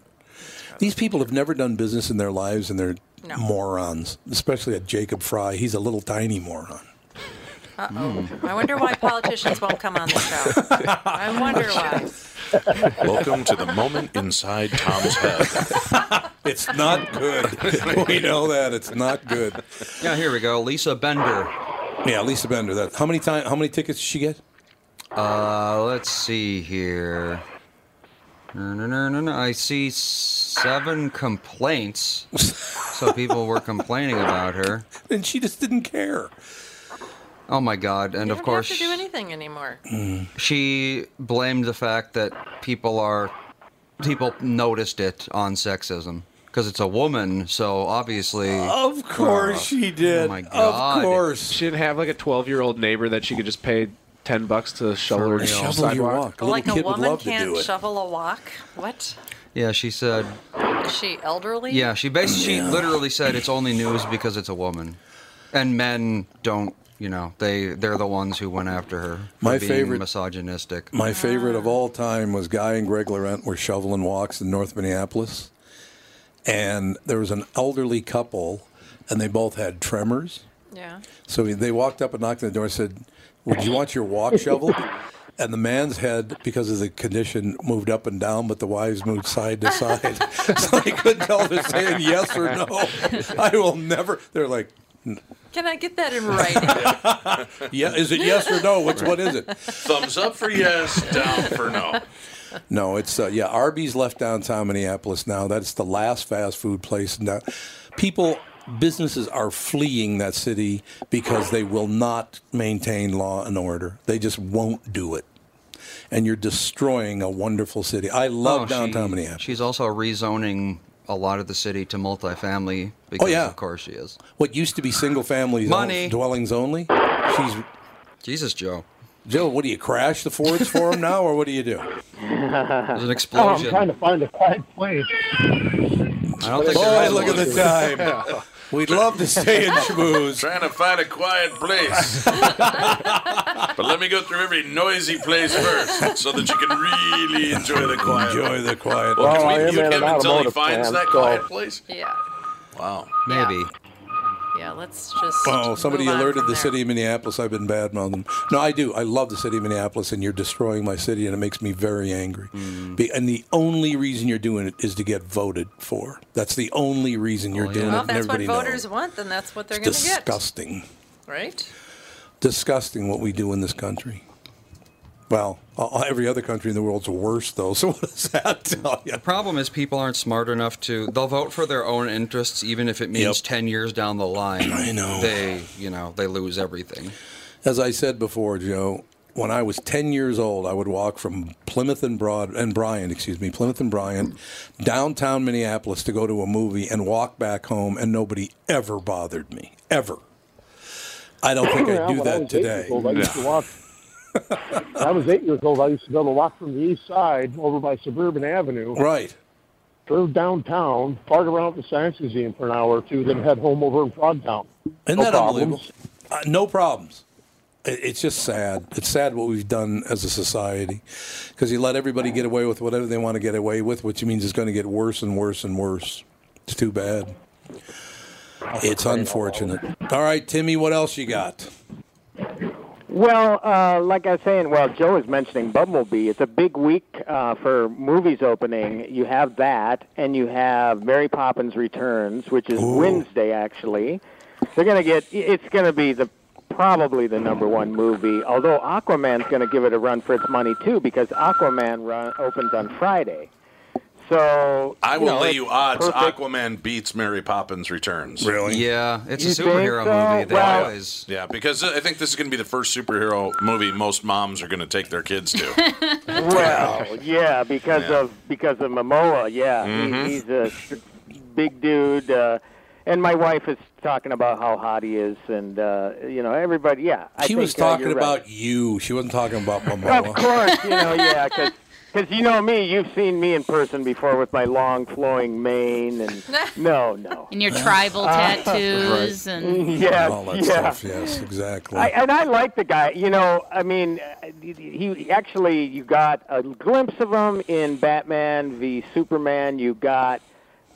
Speaker 1: These people have never done business in their lives, and they're morons. Especially at Jacob Fry, he's a little tiny moron.
Speaker 3: Uh oh. I wonder why politicians won't come on the show. I wonder why.
Speaker 8: Welcome to the moment inside Tom's head.
Speaker 1: [LAUGHS] it's not good. [LAUGHS] [LAUGHS] We know that it's not good.
Speaker 5: Yeah, here we go. Lisa Bender.
Speaker 1: Yeah, Lisa Bender. That Uh, how many time? How many tickets did she get?
Speaker 5: Uh, let's see here. No, no, no, no, no. I see
Speaker 1: [LAUGHS]
Speaker 5: seven complaints. so people were complaining about her.
Speaker 1: And she just didn't care.
Speaker 5: Oh my God! And
Speaker 3: You
Speaker 5: of
Speaker 3: don't
Speaker 5: course,
Speaker 3: have to do anything anymore.
Speaker 5: she blamed the fact that people are people noticed it on sexism because it's a woman. So obviously,
Speaker 1: Of course she did.
Speaker 5: Oh my God!
Speaker 1: course.
Speaker 13: She didn't have like a 12 year old neighbor that she could just pay 10 bucks to shovel her
Speaker 5: real.
Speaker 13: sidewalk.
Speaker 3: like a woman can't shovel a walk? What?
Speaker 5: Yeah, she said.
Speaker 3: Is she elderly?
Speaker 5: Yeah, she basically she literally said it's only news because it's a woman, and men don't. You know, they they're the ones who went after her. for
Speaker 1: My
Speaker 5: being
Speaker 1: favorite-
Speaker 5: misogynistic.
Speaker 1: My favorite of all time was Guy and Greg Laurent were shoveling walks in North Minneapolis, and there was an elderly couple, and they both had tremors.
Speaker 3: Yeah.
Speaker 1: So they walked up and knocked on the door and said, Would you want your walk shoveled? And the man's head, because of the condition, moved up and down, but the wives moved side to side. [LAUGHS] so they couldn't tell if they're saying yes or no. I will never. They're like,
Speaker 3: Can I get that in writing?
Speaker 1: yeah, is it yes or no? Which what is it?
Speaker 8: Thumbs up for yes, down for no.
Speaker 1: No, it's uh, yeah. Arby's left downtown Minneapolis now. That's the last fast food place. Now, people, businesses are fleeing that city because they will not maintain law and order. They just won't do it, and you're destroying a wonderful city. I love
Speaker 5: No,
Speaker 1: downtown
Speaker 5: Oh, she-
Speaker 1: Minneapolis. Oh,
Speaker 5: She's also rezoning a lot of the city to
Speaker 12: Oh,
Speaker 5: multifamily because,
Speaker 1: yeah.
Speaker 12: [LAUGHS]
Speaker 5: of course, she is.
Speaker 1: What used to be single family
Speaker 5: Money.
Speaker 1: dwellings only? She's
Speaker 5: Jesus, Joe.
Speaker 1: Joe, what do you crash the Fords for them now, or what do you do?
Speaker 5: There's an
Speaker 14: Oh, I'm trying to find a quiet place.
Speaker 5: I
Speaker 1: don't think
Speaker 8: Boy,
Speaker 1: they're look at the
Speaker 8: listening.
Speaker 1: time. [LAUGHS] We'd love to stay
Speaker 8: [LAUGHS]
Speaker 1: in Shaboos.
Speaker 8: Trying to find a
Speaker 1: [LAUGHS]
Speaker 8: quiet place. but let me go through every noisy place first so that you can really enjoy the quiet.
Speaker 1: Enjoy the quiet.
Speaker 8: Well,
Speaker 14: Well, I
Speaker 8: can we
Speaker 14: am
Speaker 8: mute
Speaker 14: in
Speaker 8: him
Speaker 14: an
Speaker 8: until he
Speaker 14: automotive
Speaker 8: finds
Speaker 14: plant,
Speaker 8: that
Speaker 14: so-
Speaker 8: quiet place?
Speaker 3: yeah.
Speaker 1: Wow.
Speaker 5: Maybe.
Speaker 3: Yeah. Let's just.
Speaker 1: Oh, somebody
Speaker 3: move on
Speaker 1: alerted
Speaker 3: from
Speaker 1: the
Speaker 3: there.
Speaker 1: city of Minneapolis. I've been bad mouthing. No, I do. I love the city of Minneapolis, and you're destroying my city, and it makes me very angry. Be- and the only reason you're doing it is to get voted for. That's the only reason you're doing
Speaker 3: Well,
Speaker 1: it. and
Speaker 3: if that's what
Speaker 1: everybody
Speaker 3: voters
Speaker 1: knows.
Speaker 3: want, then that's what they're going
Speaker 1: It's
Speaker 3: to get.
Speaker 1: disgusting.
Speaker 3: Right?
Speaker 1: Disgusting what we do in this country. Well, uh, every other country in the world's worse, though. [LAUGHS] So what does that tell you?
Speaker 5: The problem is people aren't smart enough to. They'll vote for their own interests, even if it means ten years down
Speaker 12: [CLEARS THROAT]
Speaker 5: the line. I know. They, you know, they lose everything.
Speaker 1: As I said before, Joe, when I was 10 years old, I would walk from Plymouth and Broad and Bryan, excuse me, Plymouth and Bryan, downtown Minneapolis to go to a movie and walk back home, and nobody ever bothered me, ever. I don't
Speaker 14: [COUGHS]
Speaker 1: think
Speaker 14: Yeah,
Speaker 1: I'd do
Speaker 14: when I
Speaker 1: that
Speaker 14: was eight
Speaker 1: today.
Speaker 14: years old, I used
Speaker 1: [LAUGHS]
Speaker 14: to walk. when I was eight years old. I used to be able to walk from the east side over by Suburban Avenue.
Speaker 1: Right.
Speaker 14: Drove downtown, park around at the Science Museum for an hour or two, then head home over in Frogtown.
Speaker 1: Isn't
Speaker 14: no
Speaker 1: that
Speaker 14: problems.
Speaker 1: unbelievable? Uh, no problems. I- It's just sad. It's sad what we've done as a society because you let everybody get away with whatever they want to get away with, which means it's going to get worse and worse and worse. It's too bad. It's unfortunate. All right, Timmy, what else you got?
Speaker 9: Well, uh, like I was saying, well, Joe is mentioning Bumblebee. It's a big week uh, for movies opening. You have that, and you have Mary Poppins Returns, which is Wednesday, actually. They're going to get, it's going to be the probably the number one movie, although Aquaman's going to give it a run for its money, too, because Aquaman run, opens on Friday. So
Speaker 8: I will
Speaker 9: you know,
Speaker 8: lay
Speaker 9: it's
Speaker 8: you odds
Speaker 9: perfect.
Speaker 8: Aquaman beats Mary Poppins Returns.
Speaker 1: Really?
Speaker 5: Yeah, it's
Speaker 9: You
Speaker 5: a
Speaker 9: think Oh,
Speaker 5: superhero
Speaker 9: so?
Speaker 5: movie. They
Speaker 9: Well-
Speaker 5: always.
Speaker 8: Yeah, because I think this is going to be the first superhero movie most moms are going to take their
Speaker 9: [LAUGHS]
Speaker 8: kids to.
Speaker 9: Well, yeah, because
Speaker 8: Yeah.
Speaker 9: of because of Momoa. Yeah,
Speaker 8: Mhm.
Speaker 9: he, he's a s- big dude, uh, and my wife is talking about how hot he is, and uh, you know everybody. Yeah, I
Speaker 1: she
Speaker 9: think,
Speaker 1: was
Speaker 9: uh,
Speaker 1: talking
Speaker 9: you're
Speaker 1: about
Speaker 9: right.
Speaker 1: you. She wasn't talking
Speaker 9: [LAUGHS]
Speaker 1: about
Speaker 9: Of
Speaker 1: Momoa.
Speaker 9: course,
Speaker 1: [LAUGHS]
Speaker 9: you know, yeah, because. you know me, you've seen me in person before with my long flowing
Speaker 10: [LAUGHS]
Speaker 9: mane and no, no.
Speaker 10: And your tribal
Speaker 9: Uh,
Speaker 10: tattoos and
Speaker 9: [LAUGHS] yes,
Speaker 1: all that
Speaker 9: yeah.
Speaker 1: stuff. Yes, exactly.
Speaker 9: I, and I like the guy. You know, I mean, uh, he he- actually you got a glimpse of him in Batman v Superman. You got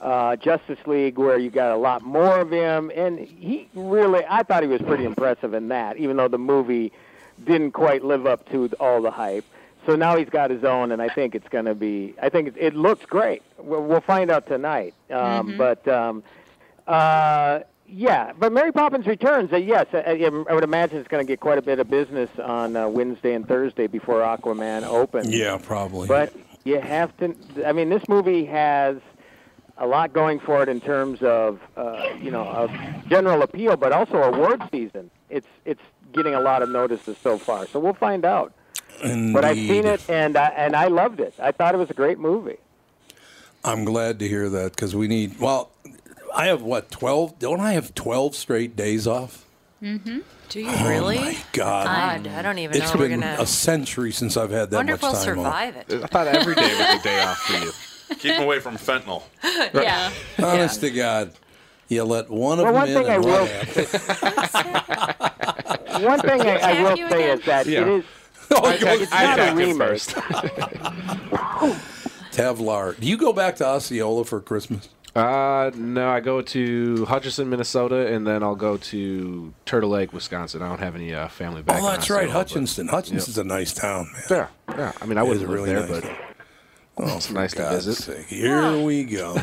Speaker 9: uh, Justice League, where you got a lot more of him, and he really, I thought he was pretty impressive in that, even though the movie didn't quite live up to all the hype. So now he's got his own, and I think it's going to be. I think it, it looks great. We'll, we'll find out tonight. Um,
Speaker 15: Mhm.
Speaker 9: But um, uh, yeah, but Mary Poppins returns. Uh, yes, I, I- I would imagine it's going to get quite a bit of business on uh, Wednesday and Thursday before Aquaman opens.
Speaker 1: yeah, probably.
Speaker 9: But you have to. I mean, this movie has a lot going for it in terms of uh, you know of general appeal, but also award season. It's it's getting a lot of notices so far. So we'll find out. But I've seen
Speaker 1: Indeed.
Speaker 9: it and I, and I loved it. I thought it was a great movie.
Speaker 1: I'm glad to hear that because we need. Well, I have what twelve? Don't I have twelve straight days off?
Speaker 3: Mm-hmm. Do you
Speaker 1: Oh,
Speaker 3: really?
Speaker 1: my God.
Speaker 3: God, I don't even
Speaker 1: It's
Speaker 3: know. We're
Speaker 1: been
Speaker 3: gonna.
Speaker 1: a century since I've had that
Speaker 3: Wonder
Speaker 1: much
Speaker 3: if we'll
Speaker 1: time
Speaker 3: survive
Speaker 1: off.
Speaker 3: it. I
Speaker 8: thought every day was a day off for you. Keep away from fentanyl.
Speaker 3: [LAUGHS] yeah.
Speaker 1: Honest to God, you let one
Speaker 9: Well,
Speaker 1: of
Speaker 9: one
Speaker 1: them in
Speaker 9: thing I
Speaker 1: and one
Speaker 9: will-
Speaker 1: out.
Speaker 3: [LAUGHS]
Speaker 9: One thing I, I will
Speaker 1: Attack you
Speaker 9: say
Speaker 1: again?
Speaker 9: is that
Speaker 1: Yeah.
Speaker 9: it is.
Speaker 1: [LAUGHS] Oh,
Speaker 9: [LAUGHS] it's
Speaker 1: you
Speaker 9: it's not
Speaker 1: attacked
Speaker 9: a
Speaker 1: him
Speaker 9: remake.
Speaker 1: first. Tavlar, do you go back to Osceola for Christmas?
Speaker 13: Uh, no, I go to Hutchinson, Minnesota, and then I'll go to Turtle Lake, Wisconsin. I don't have any uh, family back.
Speaker 7: Oh,
Speaker 13: in
Speaker 7: that's right,
Speaker 13: Minnesota, but-
Speaker 7: Hutchinson. Hutchinson's a nice town, man.
Speaker 13: Yeah, yeah. I mean, I
Speaker 7: It
Speaker 13: wouldn't
Speaker 7: is
Speaker 13: live
Speaker 7: really
Speaker 13: there,
Speaker 7: nice.
Speaker 13: but [LAUGHS] it's nice to
Speaker 7: God's
Speaker 13: visit.
Speaker 7: sake,
Speaker 13: oh,
Speaker 7: here we go.
Speaker 13: [LAUGHS]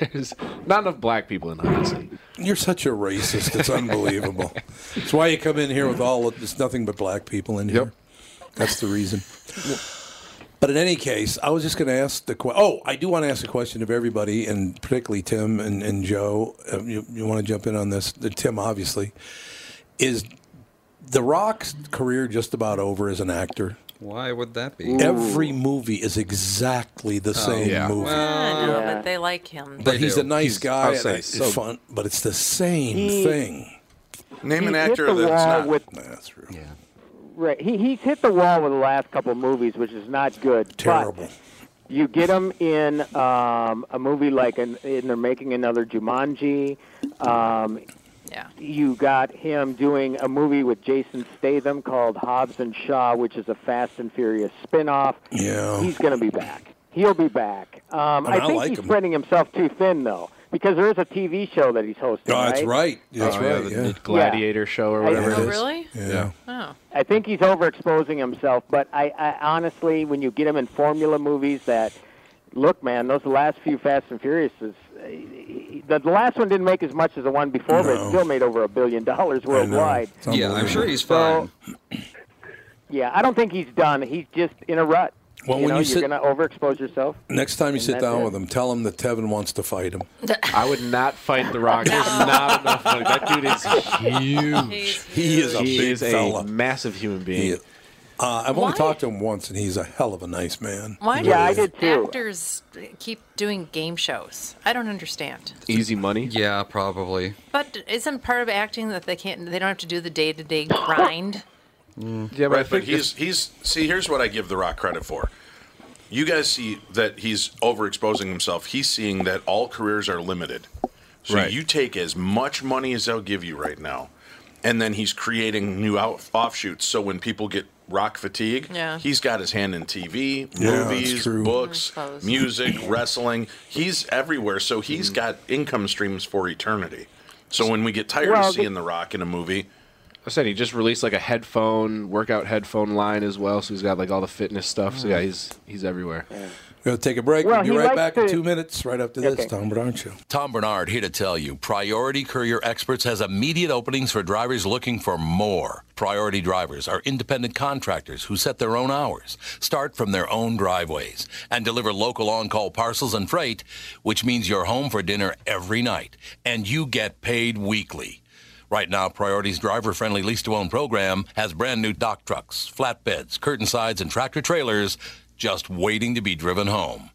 Speaker 13: There's not enough black people in Hudson.
Speaker 12: You're such a racist.
Speaker 7: It's unbelievable.
Speaker 12: That's why you come in here with all of it's nothing but black people in here. That's the reason. But in any case, I was just going to ask the question. Oh, I do want to ask a question of everybody, and particularly Tim and, and Joe. Uh, you you want to jump in on this? Uh, Tim, obviously. Is The Rock's career just about over as an actor?
Speaker 5: Why would that be?
Speaker 12: Every movie is exactly
Speaker 13: Oh,
Speaker 12: the same movie.
Speaker 3: I know, but they like him.
Speaker 13: Mm-hmm.
Speaker 12: But he's a nice guy.
Speaker 3: I'll
Speaker 12: and
Speaker 3: say,
Speaker 12: it's
Speaker 3: so-
Speaker 12: fun, but it's the same
Speaker 9: He-
Speaker 12: thing.
Speaker 9: Name an He hit actor the that's wall not- with-
Speaker 12: that's true.
Speaker 9: Right. He, he's hit the wall with the last couple movies, which is not good.
Speaker 12: Terrible.
Speaker 9: But you get him in um, a movie like, an, and they're making another Jumanji. Um,
Speaker 3: yeah.
Speaker 9: You got him doing a movie with Jason Statham called Hobbs and Shaw, which is a Fast and Furious spinoff.
Speaker 12: Yeah.
Speaker 9: He's going to be back. He'll be back. Um,
Speaker 12: I mean, I
Speaker 9: think
Speaker 12: like
Speaker 9: he's
Speaker 12: him.
Speaker 9: spreading himself too thin, though, because there is a TV show that he's hosting.
Speaker 12: Oh, that's right. That's
Speaker 13: Oh,
Speaker 12: right.
Speaker 13: yeah, the- the Gladiator show or
Speaker 9: I-
Speaker 13: whatever.
Speaker 9: Oh,
Speaker 13: it is.
Speaker 9: really?
Speaker 12: Yeah.
Speaker 3: Oh.
Speaker 9: I think he's overexposing himself, but I, I honestly, when you get him in formula movies, that look, man, those last few Fast and Furious is. The the last one didn't make as much as the one before, but it still made over a billion dollars worldwide.
Speaker 5: Yeah, I'm sure he's
Speaker 9: So-
Speaker 5: fine.
Speaker 9: Yeah, I don't think he's done. He's just in a rut.
Speaker 12: Well,
Speaker 9: you
Speaker 12: when
Speaker 9: know,
Speaker 12: you
Speaker 9: are
Speaker 12: sit-
Speaker 9: going to overexpose yourself.
Speaker 12: Next time you
Speaker 9: And
Speaker 12: sit
Speaker 9: that's
Speaker 12: down
Speaker 9: it.
Speaker 5: [LAUGHS]
Speaker 12: with him, tell him that Tevin wants to fight him.
Speaker 13: [LAUGHS] I would not fight The Rock.
Speaker 9: [LAUGHS]
Speaker 13: There's not enough money. That dude is huge.
Speaker 12: [LAUGHS] He is a
Speaker 13: He
Speaker 12: big
Speaker 13: is a
Speaker 12: fella.
Speaker 13: massive human being.
Speaker 12: Uh, I've only talked to him once, and he's a hell of a nice man.
Speaker 3: Why
Speaker 12: He
Speaker 3: do
Speaker 12: really
Speaker 3: these
Speaker 12: is.
Speaker 3: actors keep doing game shows? I don't understand.
Speaker 5: Easy money? Yeah, probably.
Speaker 3: But isn't part of acting that they can't? They don't have to do the day to day grind.
Speaker 5: Mm.
Speaker 13: Yeah,
Speaker 8: right, but he's he's see. Here's what I give The Rock credit for. You guys see that he's overexposing himself. He's seeing that all careers are limited. So
Speaker 13: Right.
Speaker 8: you take as much money as they'll give you right now, and then he's creating new out- offshoots. So when people get rock fatigue,
Speaker 13: Yeah.
Speaker 8: he's got his hand in TV,
Speaker 13: Yeah, that's
Speaker 8: movies,
Speaker 13: true.
Speaker 8: books,
Speaker 13: I suppose.
Speaker 8: music, wrestling. He's everywhere. So he's got income streams for eternity. So when we get tired
Speaker 13: Well,
Speaker 8: of
Speaker 13: the-
Speaker 8: seeing The Rock in a movie,
Speaker 13: I said he just released like a headphone workout headphone line as well, so he's got like all the fitness stuff. So yeah, he's he's everywhere.
Speaker 12: We're going to take a break.
Speaker 13: Mm. Well,
Speaker 12: we'll be
Speaker 13: he
Speaker 12: right
Speaker 13: likes
Speaker 12: back in
Speaker 13: to-
Speaker 12: two minutes, right after this.
Speaker 13: Okay.
Speaker 12: Tom Bernard Show.
Speaker 1: Tom Bernard here to tell you Priority Courier Experts has immediate openings for drivers looking for more. Priority drivers are independent contractors who set their own hours, start from their own driveways, and deliver local on call parcels and freight, which means you're home for dinner every night and you get paid weekly. Right now, Priority's driver friendly lease to own program has brand new dock trucks, flatbeds, curtain sides, and tractor trailers just waiting to be driven home.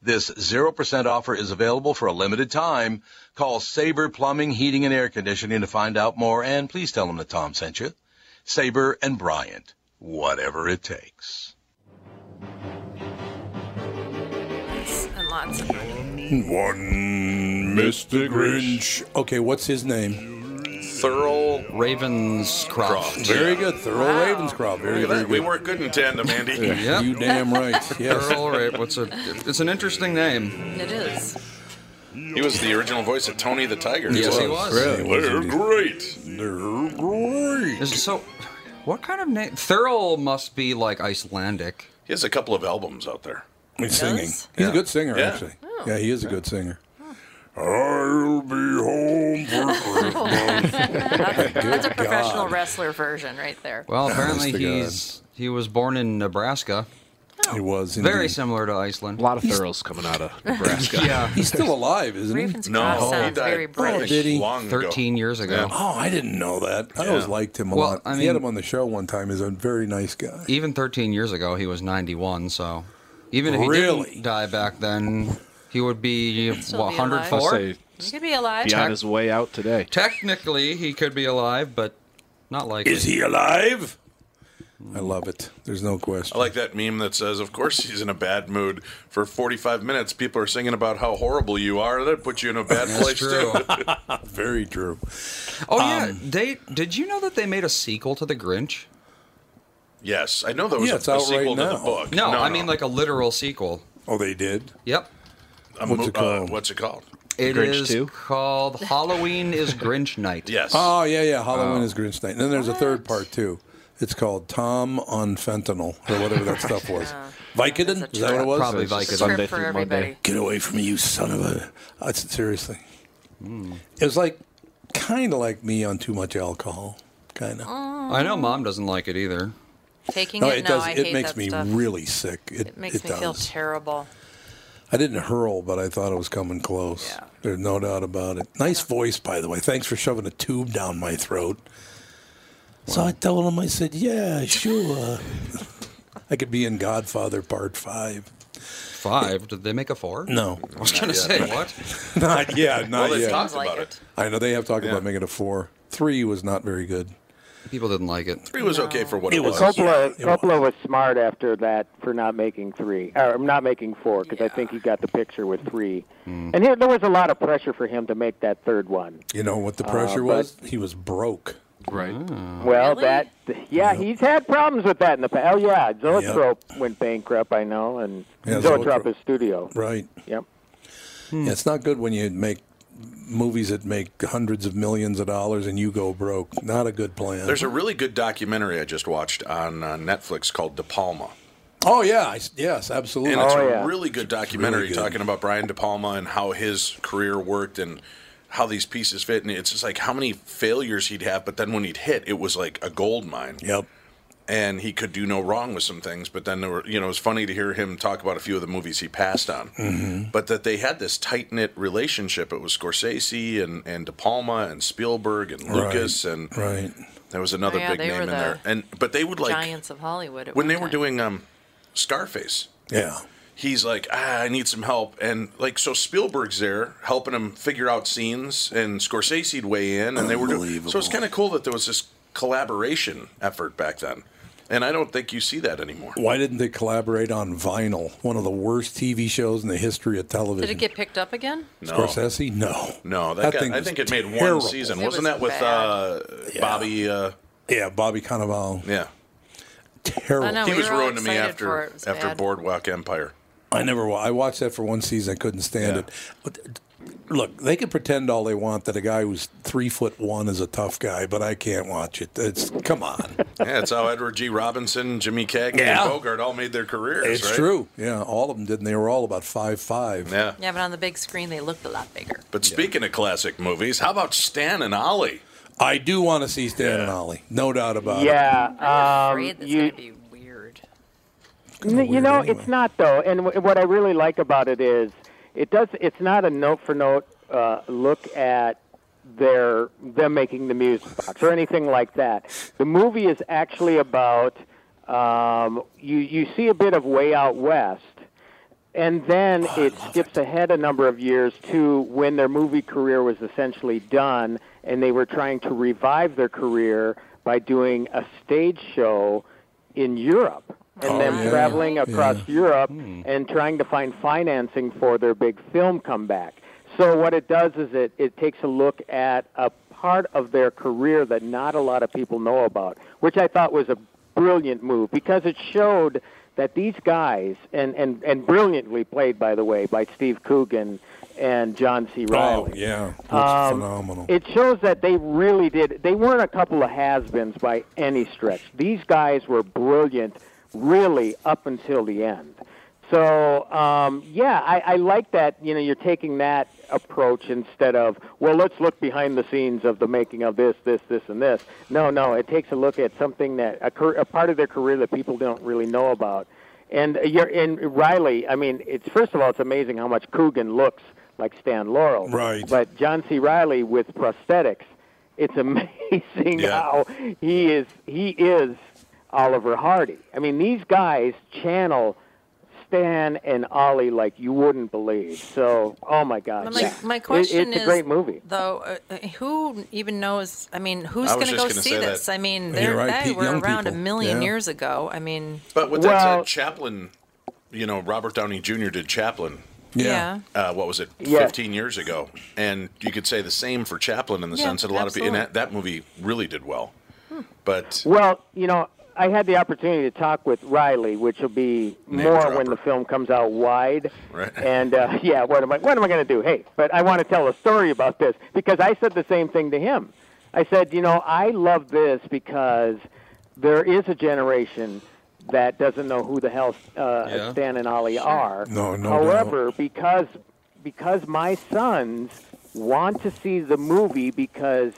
Speaker 1: This 0% offer is available for a limited time. Call Sabre Plumbing, Heating, and Air Conditioning to find out more, and please tell them that Tom sent you. Sabre and Bryant, whatever it takes.
Speaker 3: And lots of money.
Speaker 12: One Mr. Grinch. Okay, what's his name?
Speaker 8: Thurl
Speaker 5: Ravenscroft.
Speaker 12: Very good. Thurl Ravenscroft. Very,
Speaker 8: Look
Speaker 12: very
Speaker 8: at that.
Speaker 12: good.
Speaker 8: we work good in
Speaker 5: [LAUGHS]
Speaker 8: tandem, Andy.
Speaker 12: [LAUGHS]
Speaker 5: Yep.
Speaker 12: You damn
Speaker 5: [LAUGHS]
Speaker 12: right. Yes.
Speaker 5: Earl Ra- What's a? It's an interesting name.
Speaker 3: It is.
Speaker 8: He was the original voice of Tony the Tiger.
Speaker 5: Yes, he was. Really?
Speaker 8: They're
Speaker 5: He was
Speaker 8: great. They're great.
Speaker 5: Is- so, what kind of name? Thurl must be like Icelandic.
Speaker 8: He has a couple of albums out there.
Speaker 12: He's singing. He's a good singer,
Speaker 8: Yeah.
Speaker 12: actually. Yeah, he is a good singer.
Speaker 8: I'll be home for
Speaker 3: [LAUGHS] that's, that's a
Speaker 5: Good
Speaker 3: professional
Speaker 5: God. uh,
Speaker 3: wrestler version right there.
Speaker 1: [LAUGHS]
Speaker 5: Well, apparently
Speaker 1: to
Speaker 5: he's he was born in Nebraska.
Speaker 1: He was
Speaker 5: very
Speaker 1: indeed.
Speaker 5: similar to Iceland. A
Speaker 13: lot of thoroughs coming out
Speaker 5: [LAUGHS]
Speaker 1: [LAUGHS]
Speaker 13: of Nebraska.
Speaker 5: yeah,
Speaker 1: he's still alive, isn't he?
Speaker 5: Raven's No, Cross he sounds died very British.
Speaker 1: Oh, did he?
Speaker 5: Long ago. 13 years ago.
Speaker 1: Oh, I didn't know that. I
Speaker 5: Yeah.
Speaker 1: always liked him a
Speaker 5: Well,
Speaker 1: lot.
Speaker 5: I
Speaker 1: he
Speaker 5: mean-
Speaker 1: had him on the show one time. He's a very nice guy.
Speaker 5: Even 13 years ago, he was 91. So even if he
Speaker 1: Really?
Speaker 5: didn't die back then, he would be
Speaker 3: Still
Speaker 5: what,
Speaker 3: be alive.
Speaker 5: 104.
Speaker 3: You could be alive.
Speaker 13: way out today.
Speaker 5: Technically, he could be alive, but not likely.
Speaker 1: Is he alive? I love it. There's no question.
Speaker 8: I like that meme that says, "Of course he's in a bad mood for 45 minutes. People are singing about how horrible you are. That put you in a bad place
Speaker 5: true.
Speaker 8: [LAUGHS] too."
Speaker 1: Very true.
Speaker 5: Oh yeah,
Speaker 1: Um,
Speaker 5: they did you know that they made a sequel to The Grinch?
Speaker 8: Yes, I know there was a, a sequel to the book.
Speaker 5: No, I mean like a literal sequel.
Speaker 1: Oh, they did.
Speaker 5: Yep.
Speaker 8: A
Speaker 5: what's
Speaker 8: mo-
Speaker 5: it called?
Speaker 8: Uh, what's it called?
Speaker 5: It is called Halloween
Speaker 1: [LAUGHS]
Speaker 5: is Grinch Night.
Speaker 8: Yes.
Speaker 1: Oh yeah, yeah. Halloween is Grinch Night. And then there's a third part too. It's called Tom on Fentanyl or whatever that stuff
Speaker 3: [LAUGHS]
Speaker 5: [LAUGHS]
Speaker 1: was. Vicodin? Is that what it was?
Speaker 5: Probably It's a Vicodin. script Sunday for through Monday. everybody.
Speaker 1: Get away from me, you son of a! I said, seriously,
Speaker 5: Hmm.
Speaker 1: it was like kind of like me on too much alcohol. Kind of.
Speaker 5: I know mom doesn't like it either.
Speaker 3: Taking
Speaker 1: No,
Speaker 3: it,
Speaker 1: it
Speaker 3: no,
Speaker 1: does-
Speaker 3: I
Speaker 1: it
Speaker 3: hate
Speaker 1: makes
Speaker 3: that
Speaker 1: me
Speaker 3: stuff.
Speaker 1: really sick. It-
Speaker 3: makes
Speaker 1: it
Speaker 3: me feel
Speaker 1: does.
Speaker 3: terrible.
Speaker 1: I didn't hurl, but I thought it was coming close. There's no doubt about it. Nice voice, by the way. Thanks for shoving a tube down my throat. So I told him, I said, yeah, sure. I could be in Godfather Part 5.
Speaker 5: Five? Did they make a four?
Speaker 1: No.
Speaker 5: I was gonna say what?
Speaker 1: [LAUGHS] not yet,
Speaker 5: Well,
Speaker 1: not
Speaker 5: they
Speaker 1: yet.
Speaker 5: talked Sounds like about it.
Speaker 1: I know they have talked
Speaker 5: Yeah.
Speaker 1: about making a 4. 3 was not very good.
Speaker 5: People didn't like it.
Speaker 8: Three was okay for what
Speaker 1: It
Speaker 8: it,
Speaker 1: was-
Speaker 8: was.
Speaker 1: Yeah,
Speaker 9: Coppola,
Speaker 1: it
Speaker 9: Coppola was smart after that for not making three, or not making four, because I think he got the picture with three.
Speaker 1: Mm-hmm.
Speaker 9: And here, there was a lot of pressure for him to make that third one.
Speaker 1: You know what the
Speaker 9: Uh,
Speaker 1: pressure
Speaker 9: but-
Speaker 1: was? He was broke. Right.
Speaker 5: Mm.
Speaker 9: Well, that yeah, he's had problems with that in the past. Oh yeah, Zoetrope went bankrupt, I know, and
Speaker 1: Yeah,
Speaker 9: Zoetrope
Speaker 1: Zoetrope.
Speaker 9: is studio.
Speaker 1: Right.
Speaker 9: Yep.
Speaker 5: Hmm.
Speaker 1: Yeah, it's not good when you make movies that make hundreds of millions of dollars and you go broke. Not a good plan.
Speaker 8: There's a really good documentary I just watched on uh, Netflix called De Palma.
Speaker 1: Oh yeah, I s yes, absolutely.
Speaker 8: And it's
Speaker 1: oh,
Speaker 8: a
Speaker 1: yeah.
Speaker 8: really good documentary
Speaker 1: really good.
Speaker 8: talking about Brian De Palma and how his career worked and how these pieces fit. And it's just like how many failures he'd have, but then when he'd hit, it was like a gold mine.
Speaker 1: Yep.
Speaker 8: And he could do no wrong with some things, but then there were, you know, it was funny to hear him talk about a few of the movies he passed
Speaker 1: [LAUGHS]
Speaker 8: on.
Speaker 1: Mm-hmm.
Speaker 8: But that they had this tight knit relationship. It was Scorsese and, and De Palma and Spielberg and
Speaker 1: Right,
Speaker 8: Lucas and
Speaker 1: right.
Speaker 8: There was another
Speaker 3: Oh, yeah,
Speaker 8: big
Speaker 3: they
Speaker 8: name
Speaker 3: were
Speaker 8: in
Speaker 3: the
Speaker 8: there, and but they would like
Speaker 3: Giants of Hollywood. At
Speaker 8: when
Speaker 3: one
Speaker 8: they
Speaker 3: time.
Speaker 8: were doing um, Scarface.
Speaker 1: Yeah.
Speaker 8: He's like, ah, I need some help, and like so Spielberg's there helping him figure out scenes, and Scorsese'd weigh in, and they were doing. So it's kind of cool that there was this collaboration effort back then, and I don't think you see that anymore.
Speaker 1: Why didn't they collaborate on Vinyl, one of the worst TV shows in the history of
Speaker 3: Did
Speaker 1: television?
Speaker 3: it get picked up again?
Speaker 8: No.
Speaker 1: Scorsese? No.
Speaker 8: No, that,
Speaker 1: That
Speaker 8: guy,
Speaker 1: thing
Speaker 8: I
Speaker 1: was
Speaker 8: think it made
Speaker 1: terrible.
Speaker 8: one season,
Speaker 3: It
Speaker 8: wasn't
Speaker 3: was
Speaker 8: that with
Speaker 3: bad.
Speaker 8: uh, Bobby? Uh,
Speaker 1: yeah, Bobby Cannavale.
Speaker 8: Yeah,
Speaker 1: Terrible.
Speaker 3: I know,
Speaker 8: he
Speaker 3: we
Speaker 8: was
Speaker 3: were all
Speaker 8: ruined to me
Speaker 3: excited for
Speaker 8: after
Speaker 3: it. It was
Speaker 8: after
Speaker 3: bad.
Speaker 8: Boardwalk Empire.
Speaker 1: I never. wa- I watched that for one season. I couldn't stand it. But, look, they can pretend all they want that a guy who's three foot one is a tough guy, but I can't watch it. It's come on.
Speaker 8: yeah, it's how Edward G. Robinson, Jimmy Cagney,
Speaker 1: Yeah.
Speaker 8: and Bogart all made their careers.
Speaker 1: It's
Speaker 8: right?
Speaker 1: true. Yeah, all of them did, and they were all about five five.
Speaker 8: Yeah.
Speaker 3: Yeah, but on the big screen they looked a lot bigger.
Speaker 8: But speaking of classic movies, how about Stan and Ollie?
Speaker 1: I do want to see Stan and Ollie, no doubt about
Speaker 9: yeah,
Speaker 1: it.
Speaker 9: um, you,
Speaker 1: N-
Speaker 9: you know, it's not though, and w- what I really like about it is it does. It's not a note for note uh, look at their them making the music box or anything like that. The movie is actually about um, you. You see a bit of Way Out West, and then
Speaker 14: Oh,
Speaker 9: it skips ahead a number of years to when their movie career was essentially done, and they were trying to revive their career by doing a stage show in Europe and
Speaker 14: Oh,
Speaker 9: them
Speaker 14: yeah. Hmm.
Speaker 9: traveling across Europe and trying to find financing for their big film comeback. So what it does is it, it takes a look at a part of their career that not a lot of people know about, which I thought was a brilliant move because it showed that these guys and, and, and brilliantly played by the way by Steve Coogan and John C. Riley.
Speaker 1: Oh yeah, it's
Speaker 9: Um,
Speaker 1: phenomenal.
Speaker 9: It shows that they really did. They weren't a couple of has-beens by any stretch. These guys were brilliant, really, up until the end. So um, yeah, I, I like that. You know, you're taking that approach instead of well, let's look behind the scenes of the making of this, this, this, and this. No, no, it takes a look at something that a, car- a part of their career that people don't really know about. And uh, you're in Riley. I mean, it's first of all, it's amazing how much Coogan looks like Stan Laurel.
Speaker 1: Right.
Speaker 9: But John C. Riley with prosthetics, it's [LAUGHS] amazing how he is. He is Oliver Hardy. I mean, these guys channel Stan and Ollie like you wouldn't believe. So, oh my God.
Speaker 3: But, like,
Speaker 9: yeah.
Speaker 3: my
Speaker 9: It-
Speaker 3: question
Speaker 9: it's
Speaker 3: is
Speaker 9: a great movie.
Speaker 3: Though, uh, uh, who even knows? I mean, who's
Speaker 9: I was
Speaker 3: going to go
Speaker 9: just gonna
Speaker 3: see
Speaker 9: say that.
Speaker 3: this? I mean,
Speaker 9: You're
Speaker 3: they're,
Speaker 9: right,
Speaker 3: they
Speaker 9: pe-
Speaker 3: were
Speaker 9: young
Speaker 3: around a
Speaker 9: people,
Speaker 3: million
Speaker 8: yeah.
Speaker 3: years ago. I mean,
Speaker 8: But with that said, Chaplin, you know, Robert Downey Jr. did Chaplin.
Speaker 3: Yeah.
Speaker 8: Uh, what was it?
Speaker 3: Yeah.
Speaker 8: Fifteen years ago, and you could say the same for Chaplin in the
Speaker 9: Yeah,
Speaker 8: sense that a lot of people
Speaker 9: absolutely. Hmm.
Speaker 8: and that, that movie really did well. But
Speaker 9: Well, you know, I had the opportunity to talk with Riley, which will be
Speaker 8: Name
Speaker 9: more
Speaker 8: dropper.
Speaker 9: when the film comes out wide.
Speaker 8: right,
Speaker 9: And uh, [LAUGHS] yeah, what am I? What am I going to do? Hey, but I want to tell a story about this because I said the same thing to him. I said, you know, I love this because there is a generation that doesn't know who the hell uh,
Speaker 1: Yeah.
Speaker 9: Stan and Ollie are.
Speaker 1: No, no
Speaker 9: However, because because my sons want to see the movie because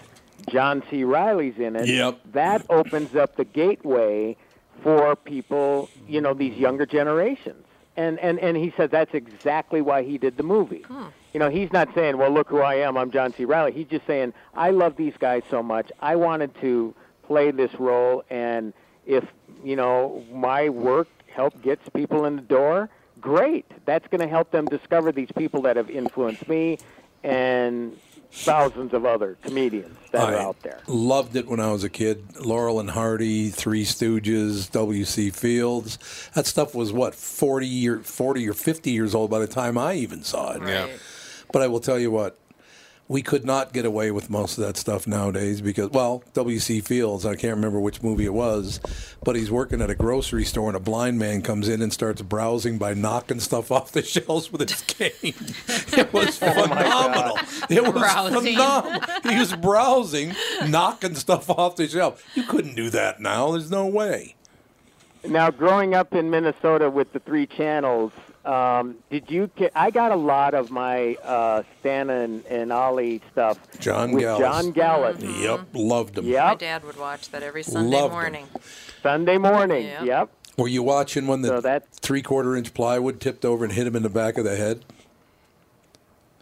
Speaker 9: John C. Riley's in it.
Speaker 1: Yep.
Speaker 9: That opens up the gateway for people, you know, these younger generations. And and and he said that's exactly why he did the movie. You know, he's not saying, "Well, look who I am. I'm John C. Riley." He's just saying, "I love these guys so much. I wanted to play this role and if, you know, my work help gets people in the door, great. That's going to help them discover these people that have influenced me and thousands of other comedians that are
Speaker 1: I
Speaker 9: out there.
Speaker 1: Loved it when I was a kid. Laurel and Hardy, Three Stooges, W.C. Fields. That stuff was what forty or forty or fifty years old by the time I even saw it.
Speaker 8: Yeah.
Speaker 1: But I will tell you what, we could not get away with most of that stuff nowadays because, well, W.C. Fields, I can't remember which movie it was, but he's working at a grocery store and a blind man comes in and starts browsing by knocking stuff [LAUGHS] off the shelves with his cane. It was phenomenal. It was
Speaker 11: Browsing.
Speaker 1: phenomenal. He was browsing, knocking stuff off the shelf. You couldn't do that now. There's no way.
Speaker 9: Now, growing up in Minnesota with the three channels, um, did you? Get, I got a lot of my uh, Stan and, and Ollie stuff.
Speaker 1: John
Speaker 9: with
Speaker 1: Gallus.
Speaker 9: John Gallus.
Speaker 1: Yep, loved him.
Speaker 9: Yep.
Speaker 3: my dad would watch that every Sunday
Speaker 1: Loved 'em.
Speaker 3: morning.
Speaker 9: Sunday morning.
Speaker 3: Yeah.
Speaker 9: Yep.
Speaker 1: Were you watching when the three quarter inch plywood tipped over and hit him in the back of the head?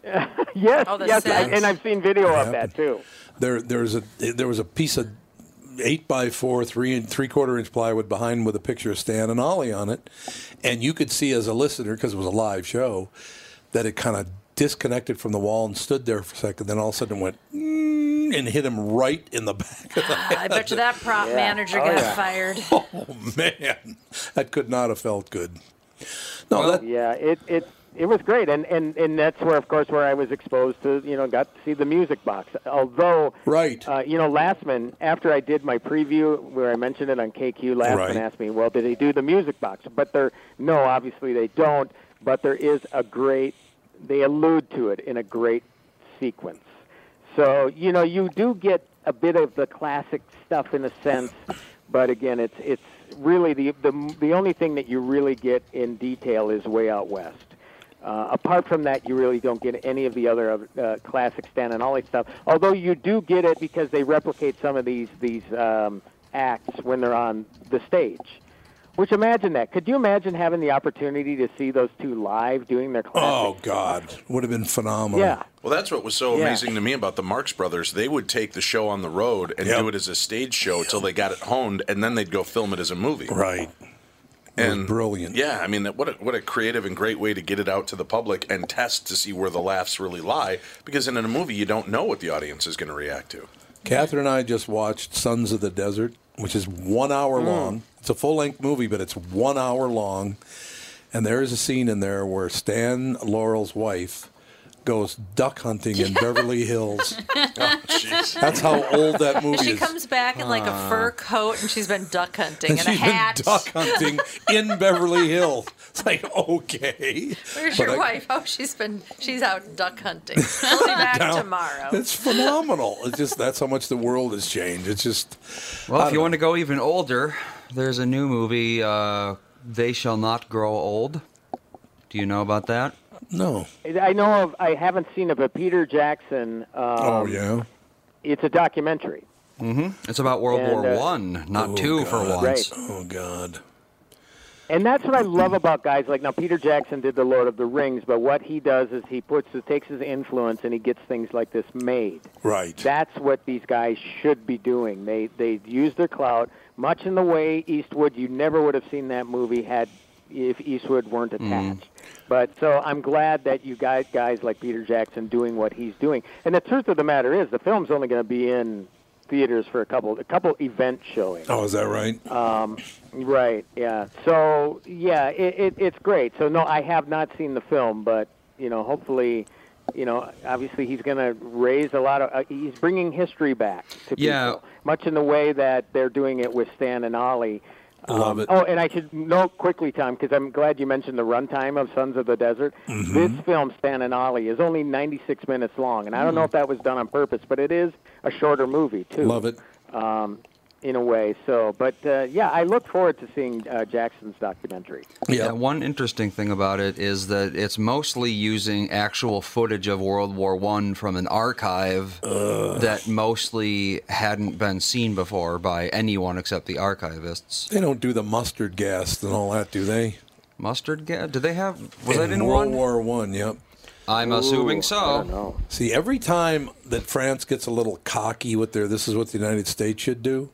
Speaker 9: [LAUGHS] Yes.
Speaker 3: Oh, the
Speaker 9: yes. I,
Speaker 3: set.
Speaker 9: and I've seen video
Speaker 1: That
Speaker 9: of that too.
Speaker 1: There, there's a there was a piece of eight by four, three and three quarter inch plywood behind with a picture of Stan and Ollie on it, and you could see as a listener because it was a live show that it kind of disconnected from the wall and stood there for a second. Then all of a sudden it went [LAUGHS] "Mm," and hit him right in the back. Of the
Speaker 3: [LAUGHS] I bet you that prop
Speaker 1: Yeah.
Speaker 3: manager
Speaker 1: Oh,
Speaker 3: got
Speaker 1: yeah.
Speaker 3: fired.
Speaker 1: [LAUGHS] Oh man, that could not have felt good. No, that
Speaker 9: yeah, it it it was great, and and and that's where, of course, where I was exposed to, you know, got to see the music box. Although,
Speaker 1: right,
Speaker 9: uh, you know, Lastman, after I did my preview where I mentioned it on KQ, Lastman
Speaker 1: Right.
Speaker 9: asked me, "Well, did they do the music box?" But they're no, obviously they don't. But there is a great, they allude to it in a great sequence. So you know, you do get a bit of the classic stuff in a sense, but again, it's it's really the the the only thing that you really get in detail is way out west. Uh, apart from that, you really don't get any of the other uh, classic Stan and Ollie stuff. Although you do get it because they replicate some of these these um, acts when they're on the stage. Which imagine that? Could you imagine having the opportunity to see those two live doing their classic?
Speaker 1: Oh God, would have been phenomenal.
Speaker 9: Yeah.
Speaker 8: Well, that's what was so
Speaker 9: Yeah.
Speaker 8: amazing to me about the Marx Brothers. They would take the show on the road and do it as a stage show till they got it honed, and then they'd go film it as a movie.
Speaker 1: Right.
Speaker 8: And
Speaker 1: brilliant.
Speaker 8: Yeah, I mean, what a, what a creative and great way to get it out to the public and test to see where the laughs really lie. Because in a movie, you don't know what the audience is going to react to.
Speaker 1: Catherine and I just watched Sons of the Desert, which is one hour
Speaker 3: Hmm.
Speaker 8: Mm.
Speaker 1: long. It's a full length movie, but it's one hour long. And there is a scene in there where Stan Laurel's wife goes duck hunting in
Speaker 3: [LAUGHS]
Speaker 1: Beverly Hills. That's how old that movie
Speaker 3: she
Speaker 1: is.
Speaker 3: comes back in like a
Speaker 1: Ah.
Speaker 3: fur coat, and she's been duck hunting
Speaker 1: And
Speaker 3: and, a
Speaker 1: she's
Speaker 3: hat.
Speaker 1: been duck hunting in Beverly Hills. It's like, okay.
Speaker 3: [LAUGHS] Where's
Speaker 1: But
Speaker 3: your
Speaker 1: I-
Speaker 3: wife? Oh, she's been she's out duck hunting.
Speaker 1: [LAUGHS]
Speaker 3: She'll be back
Speaker 1: Down.
Speaker 3: tomorrow.
Speaker 1: It's phenomenal. It's just that's how much the world has changed. It's just
Speaker 5: Well,
Speaker 1: I
Speaker 5: if you
Speaker 1: don't
Speaker 5: want to go even older, there's a new movie, uh, They Shall Not Grow Old. Do you know about that?
Speaker 1: No.
Speaker 9: I know of. I haven't seen it, but Peter Jackson. Um,
Speaker 5: Oh, yeah.
Speaker 9: It's a documentary.
Speaker 5: Mm-hmm. It's about World
Speaker 9: And,
Speaker 5: War
Speaker 9: uh,
Speaker 5: One, not
Speaker 9: Oh,
Speaker 5: two for
Speaker 9: God.
Speaker 5: once.
Speaker 9: Right.
Speaker 1: Oh God.
Speaker 9: And that's what I love about guys like now. Peter Jackson did the Lord of the Rings, but what he does is he puts he takes his influence and he gets things like this made.
Speaker 1: Right.
Speaker 9: That's what these guys should be doing. They they use their clout much in the way Eastwood. You never would have seen that movie had if Eastwood weren't
Speaker 1: Mm.
Speaker 9: attached.
Speaker 5: Mm.
Speaker 9: But so I'm glad that you guys guys like Peter Jackson doing what he's doing. And the truth of the matter is, the film's only going to be in theaters for a couple a couple event showings.
Speaker 1: Oh, is that right?
Speaker 9: Um, right. Yeah. So yeah, it, it, it's great. So no, I have not seen the film, but you know, hopefully, you know, obviously he's going to raise a lot of. Uh, he's bringing history back to
Speaker 5: Yeah.
Speaker 9: people, much in the way that they're doing it with Stan and Ollie.
Speaker 1: I love it.
Speaker 9: Oh, and I should note quickly, Tom, because I'm glad you mentioned the runtime of Sons of the Desert.
Speaker 1: Mm-hmm.
Speaker 9: This film, Stan and Ollie, is only 96 minutes long, and I don't know if that was done on purpose, but it is a shorter movie too
Speaker 1: Mm. Love it.
Speaker 9: um, in a way. So, but uh, yeah, I look forward to seeing uh, Jackson's documentary.
Speaker 5: Yeah. One interesting thing about it is that it's mostly using actual footage of World War One from an archive that mostly hadn't been seen before by anyone except the archivists.
Speaker 1: They don't do the mustard gas and all that, do they?
Speaker 5: Mustard gas? Do they have? Was
Speaker 1: in
Speaker 5: that in
Speaker 1: World
Speaker 5: one?
Speaker 1: War One? Yep.
Speaker 5: I'm assuming so.
Speaker 1: See, every time that France gets a little cocky with their "this is what the United States should do,"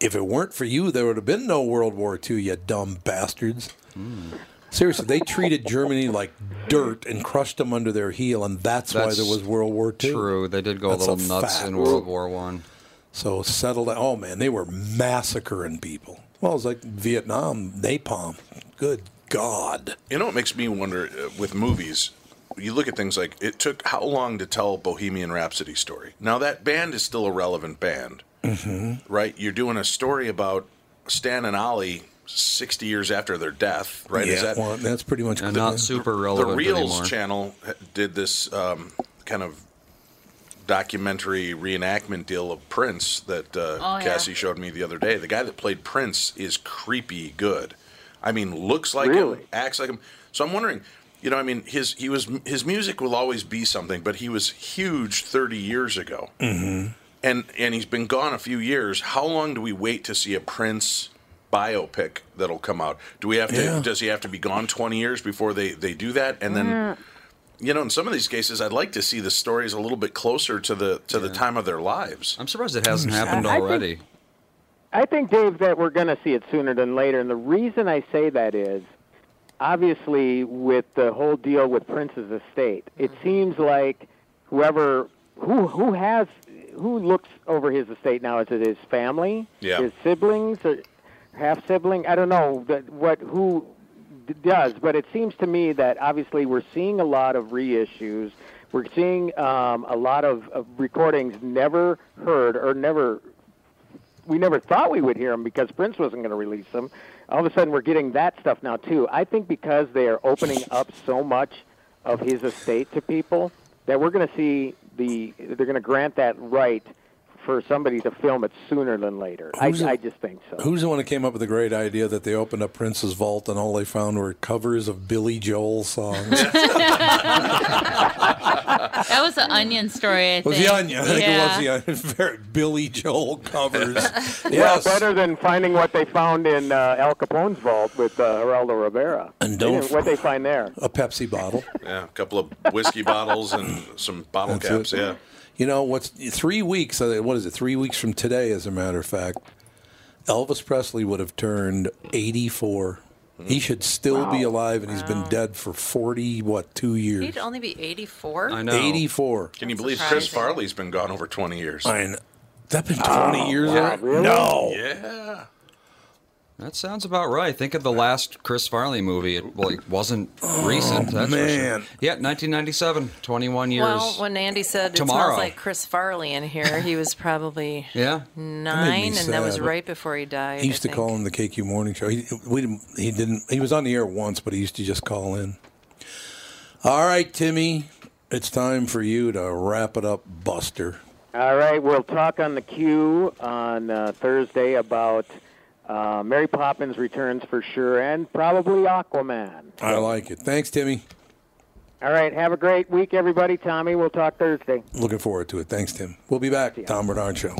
Speaker 1: if it weren't for you, there would have been no World War II. You dumb bastards.
Speaker 5: Hmm.
Speaker 1: Seriously, they treated Germany like dirt and crushed them under their heel, and that's,
Speaker 5: That's
Speaker 1: why there was World War II.
Speaker 5: True, they did go
Speaker 1: That's
Speaker 5: a little nuts
Speaker 1: fact.
Speaker 5: in World War One.
Speaker 1: So settle down. Oh man, they were massacring people. Well, it's like Vietnam napalm. Good God.
Speaker 8: You know, it makes me wonder uh, with movies. You look at things like it took how long to tell Bohemian Rhapsody story. Now that band is still a relevant band,
Speaker 1: Mm-hmm.
Speaker 8: right? You're doing a story about Stan and Ollie 60 years after their death, right?
Speaker 1: Yeah,
Speaker 8: is that
Speaker 1: well, that's pretty much
Speaker 8: The Reels channel h- did this um, kind of documentary reenactment deal of Prince that
Speaker 10: Oh,
Speaker 8: uh,
Speaker 10: yeah.
Speaker 8: Cassie showed me the other day. The guy that played Prince is creepy good. I mean, looks like him, acts like him. So I'm wondering, you know, I mean, his he was his music will always be something, but he was huge 30 years ago,
Speaker 1: Mm-hmm.
Speaker 8: and and he's been gone a few years. How long do we wait to see a Prince? biopic that'll come out. Do we have to
Speaker 1: Yeah.
Speaker 8: does he have to be gone 20 years before they they do that and then you know, in some of these cases, I'd like to see the stories a little bit closer to the to the time of their lives.
Speaker 5: I'm surprised it hasn't happened
Speaker 9: I think-
Speaker 5: already.
Speaker 9: I think, Dave, that we're going to see it sooner than later. And the reason I say that is obviously with the whole deal with Prince's estate, it seems like whoever who who has who looks over his estate now is it his family,
Speaker 15: Yeah.
Speaker 9: his siblings, or half sibling? I don't know that what who d- does, but it seems to me that obviously we're seeing a lot of reissues. We're seeing um, a lot of, of recordings never heard or never we never thought we would hear them because Prince wasn't going to release them. All of a sudden, we're getting that stuff now too. I think because they are opening up so much of his estate to people that we're going to see the they're going to grant that right for somebody to film it sooner than later. I,
Speaker 1: Who's it-
Speaker 9: I just think so.
Speaker 1: Who's the one that came up with the great idea that they opened up Prince's vault and all they found were covers of Billy Joel
Speaker 10: [LAUGHS]
Speaker 1: songs?
Speaker 10: That was the Onion story. I
Speaker 1: was
Speaker 10: think.
Speaker 1: the Onion. [LAUGHS] I think
Speaker 10: yeah.
Speaker 1: it was the Onion. [LAUGHS] Billy
Speaker 10: [LAUGHS]
Speaker 1: Joel covers.
Speaker 9: Well,
Speaker 1: yes.
Speaker 9: better than finding what they found in uh, Al Capone's vault with uh, Geraldo Rivera.
Speaker 1: And
Speaker 9: They
Speaker 1: don't-
Speaker 9: didn't- what they find there.
Speaker 1: A Pepsi bottle.
Speaker 8: Yeah, a couple of whiskey bottles and some bottle
Speaker 1: That's
Speaker 8: caps.
Speaker 1: it.
Speaker 8: Yeah,
Speaker 1: You know what's three weeks? uh, What is it? Three weeks from today, as a matter of fact, Elvis Presley would have turned eighty-four. He
Speaker 8: Hmm.
Speaker 1: should still be alive, and he's been dead for forty what two years?
Speaker 3: He'd only be 84.
Speaker 1: Eighty-four.
Speaker 8: Can you believe Chris
Speaker 3: surprising.
Speaker 8: Farley's been gone over 20 years?
Speaker 1: I know. That been twenty years? already? No.
Speaker 8: Yeah.
Speaker 5: That sounds about right. Think of the last Chris Farley movie. It like wasn't recent. That's
Speaker 1: man.
Speaker 5: For sure. Yeah, 1997. 21 years.
Speaker 3: Well, when Andy said it
Speaker 5: Tomorrow.
Speaker 3: smells like Chris Farley in here, he
Speaker 1: [LAUGHS]
Speaker 3: was probably
Speaker 5: yeah.
Speaker 3: nine, and that was
Speaker 1: sad.
Speaker 3: right before he died.
Speaker 1: He used
Speaker 3: I
Speaker 1: to
Speaker 3: think.
Speaker 1: call him the KQ Morning Show. He, we didn't, he didn't. He was on the air once, but he used to just call in. All right, Timmy, it's time for you to wrap it up, Buster.
Speaker 9: All right, we'll talk on the queue on uh, Thursday about Uh, Mary Poppins returns for sure, and probably Aquaman.
Speaker 1: I like it. Thanks, Timmy.
Speaker 9: All right, have a great week, everybody. Tommy, we'll talk Thursday.
Speaker 1: Looking forward to it. Thanks, Tim. We'll be back. Tom Bernard Show.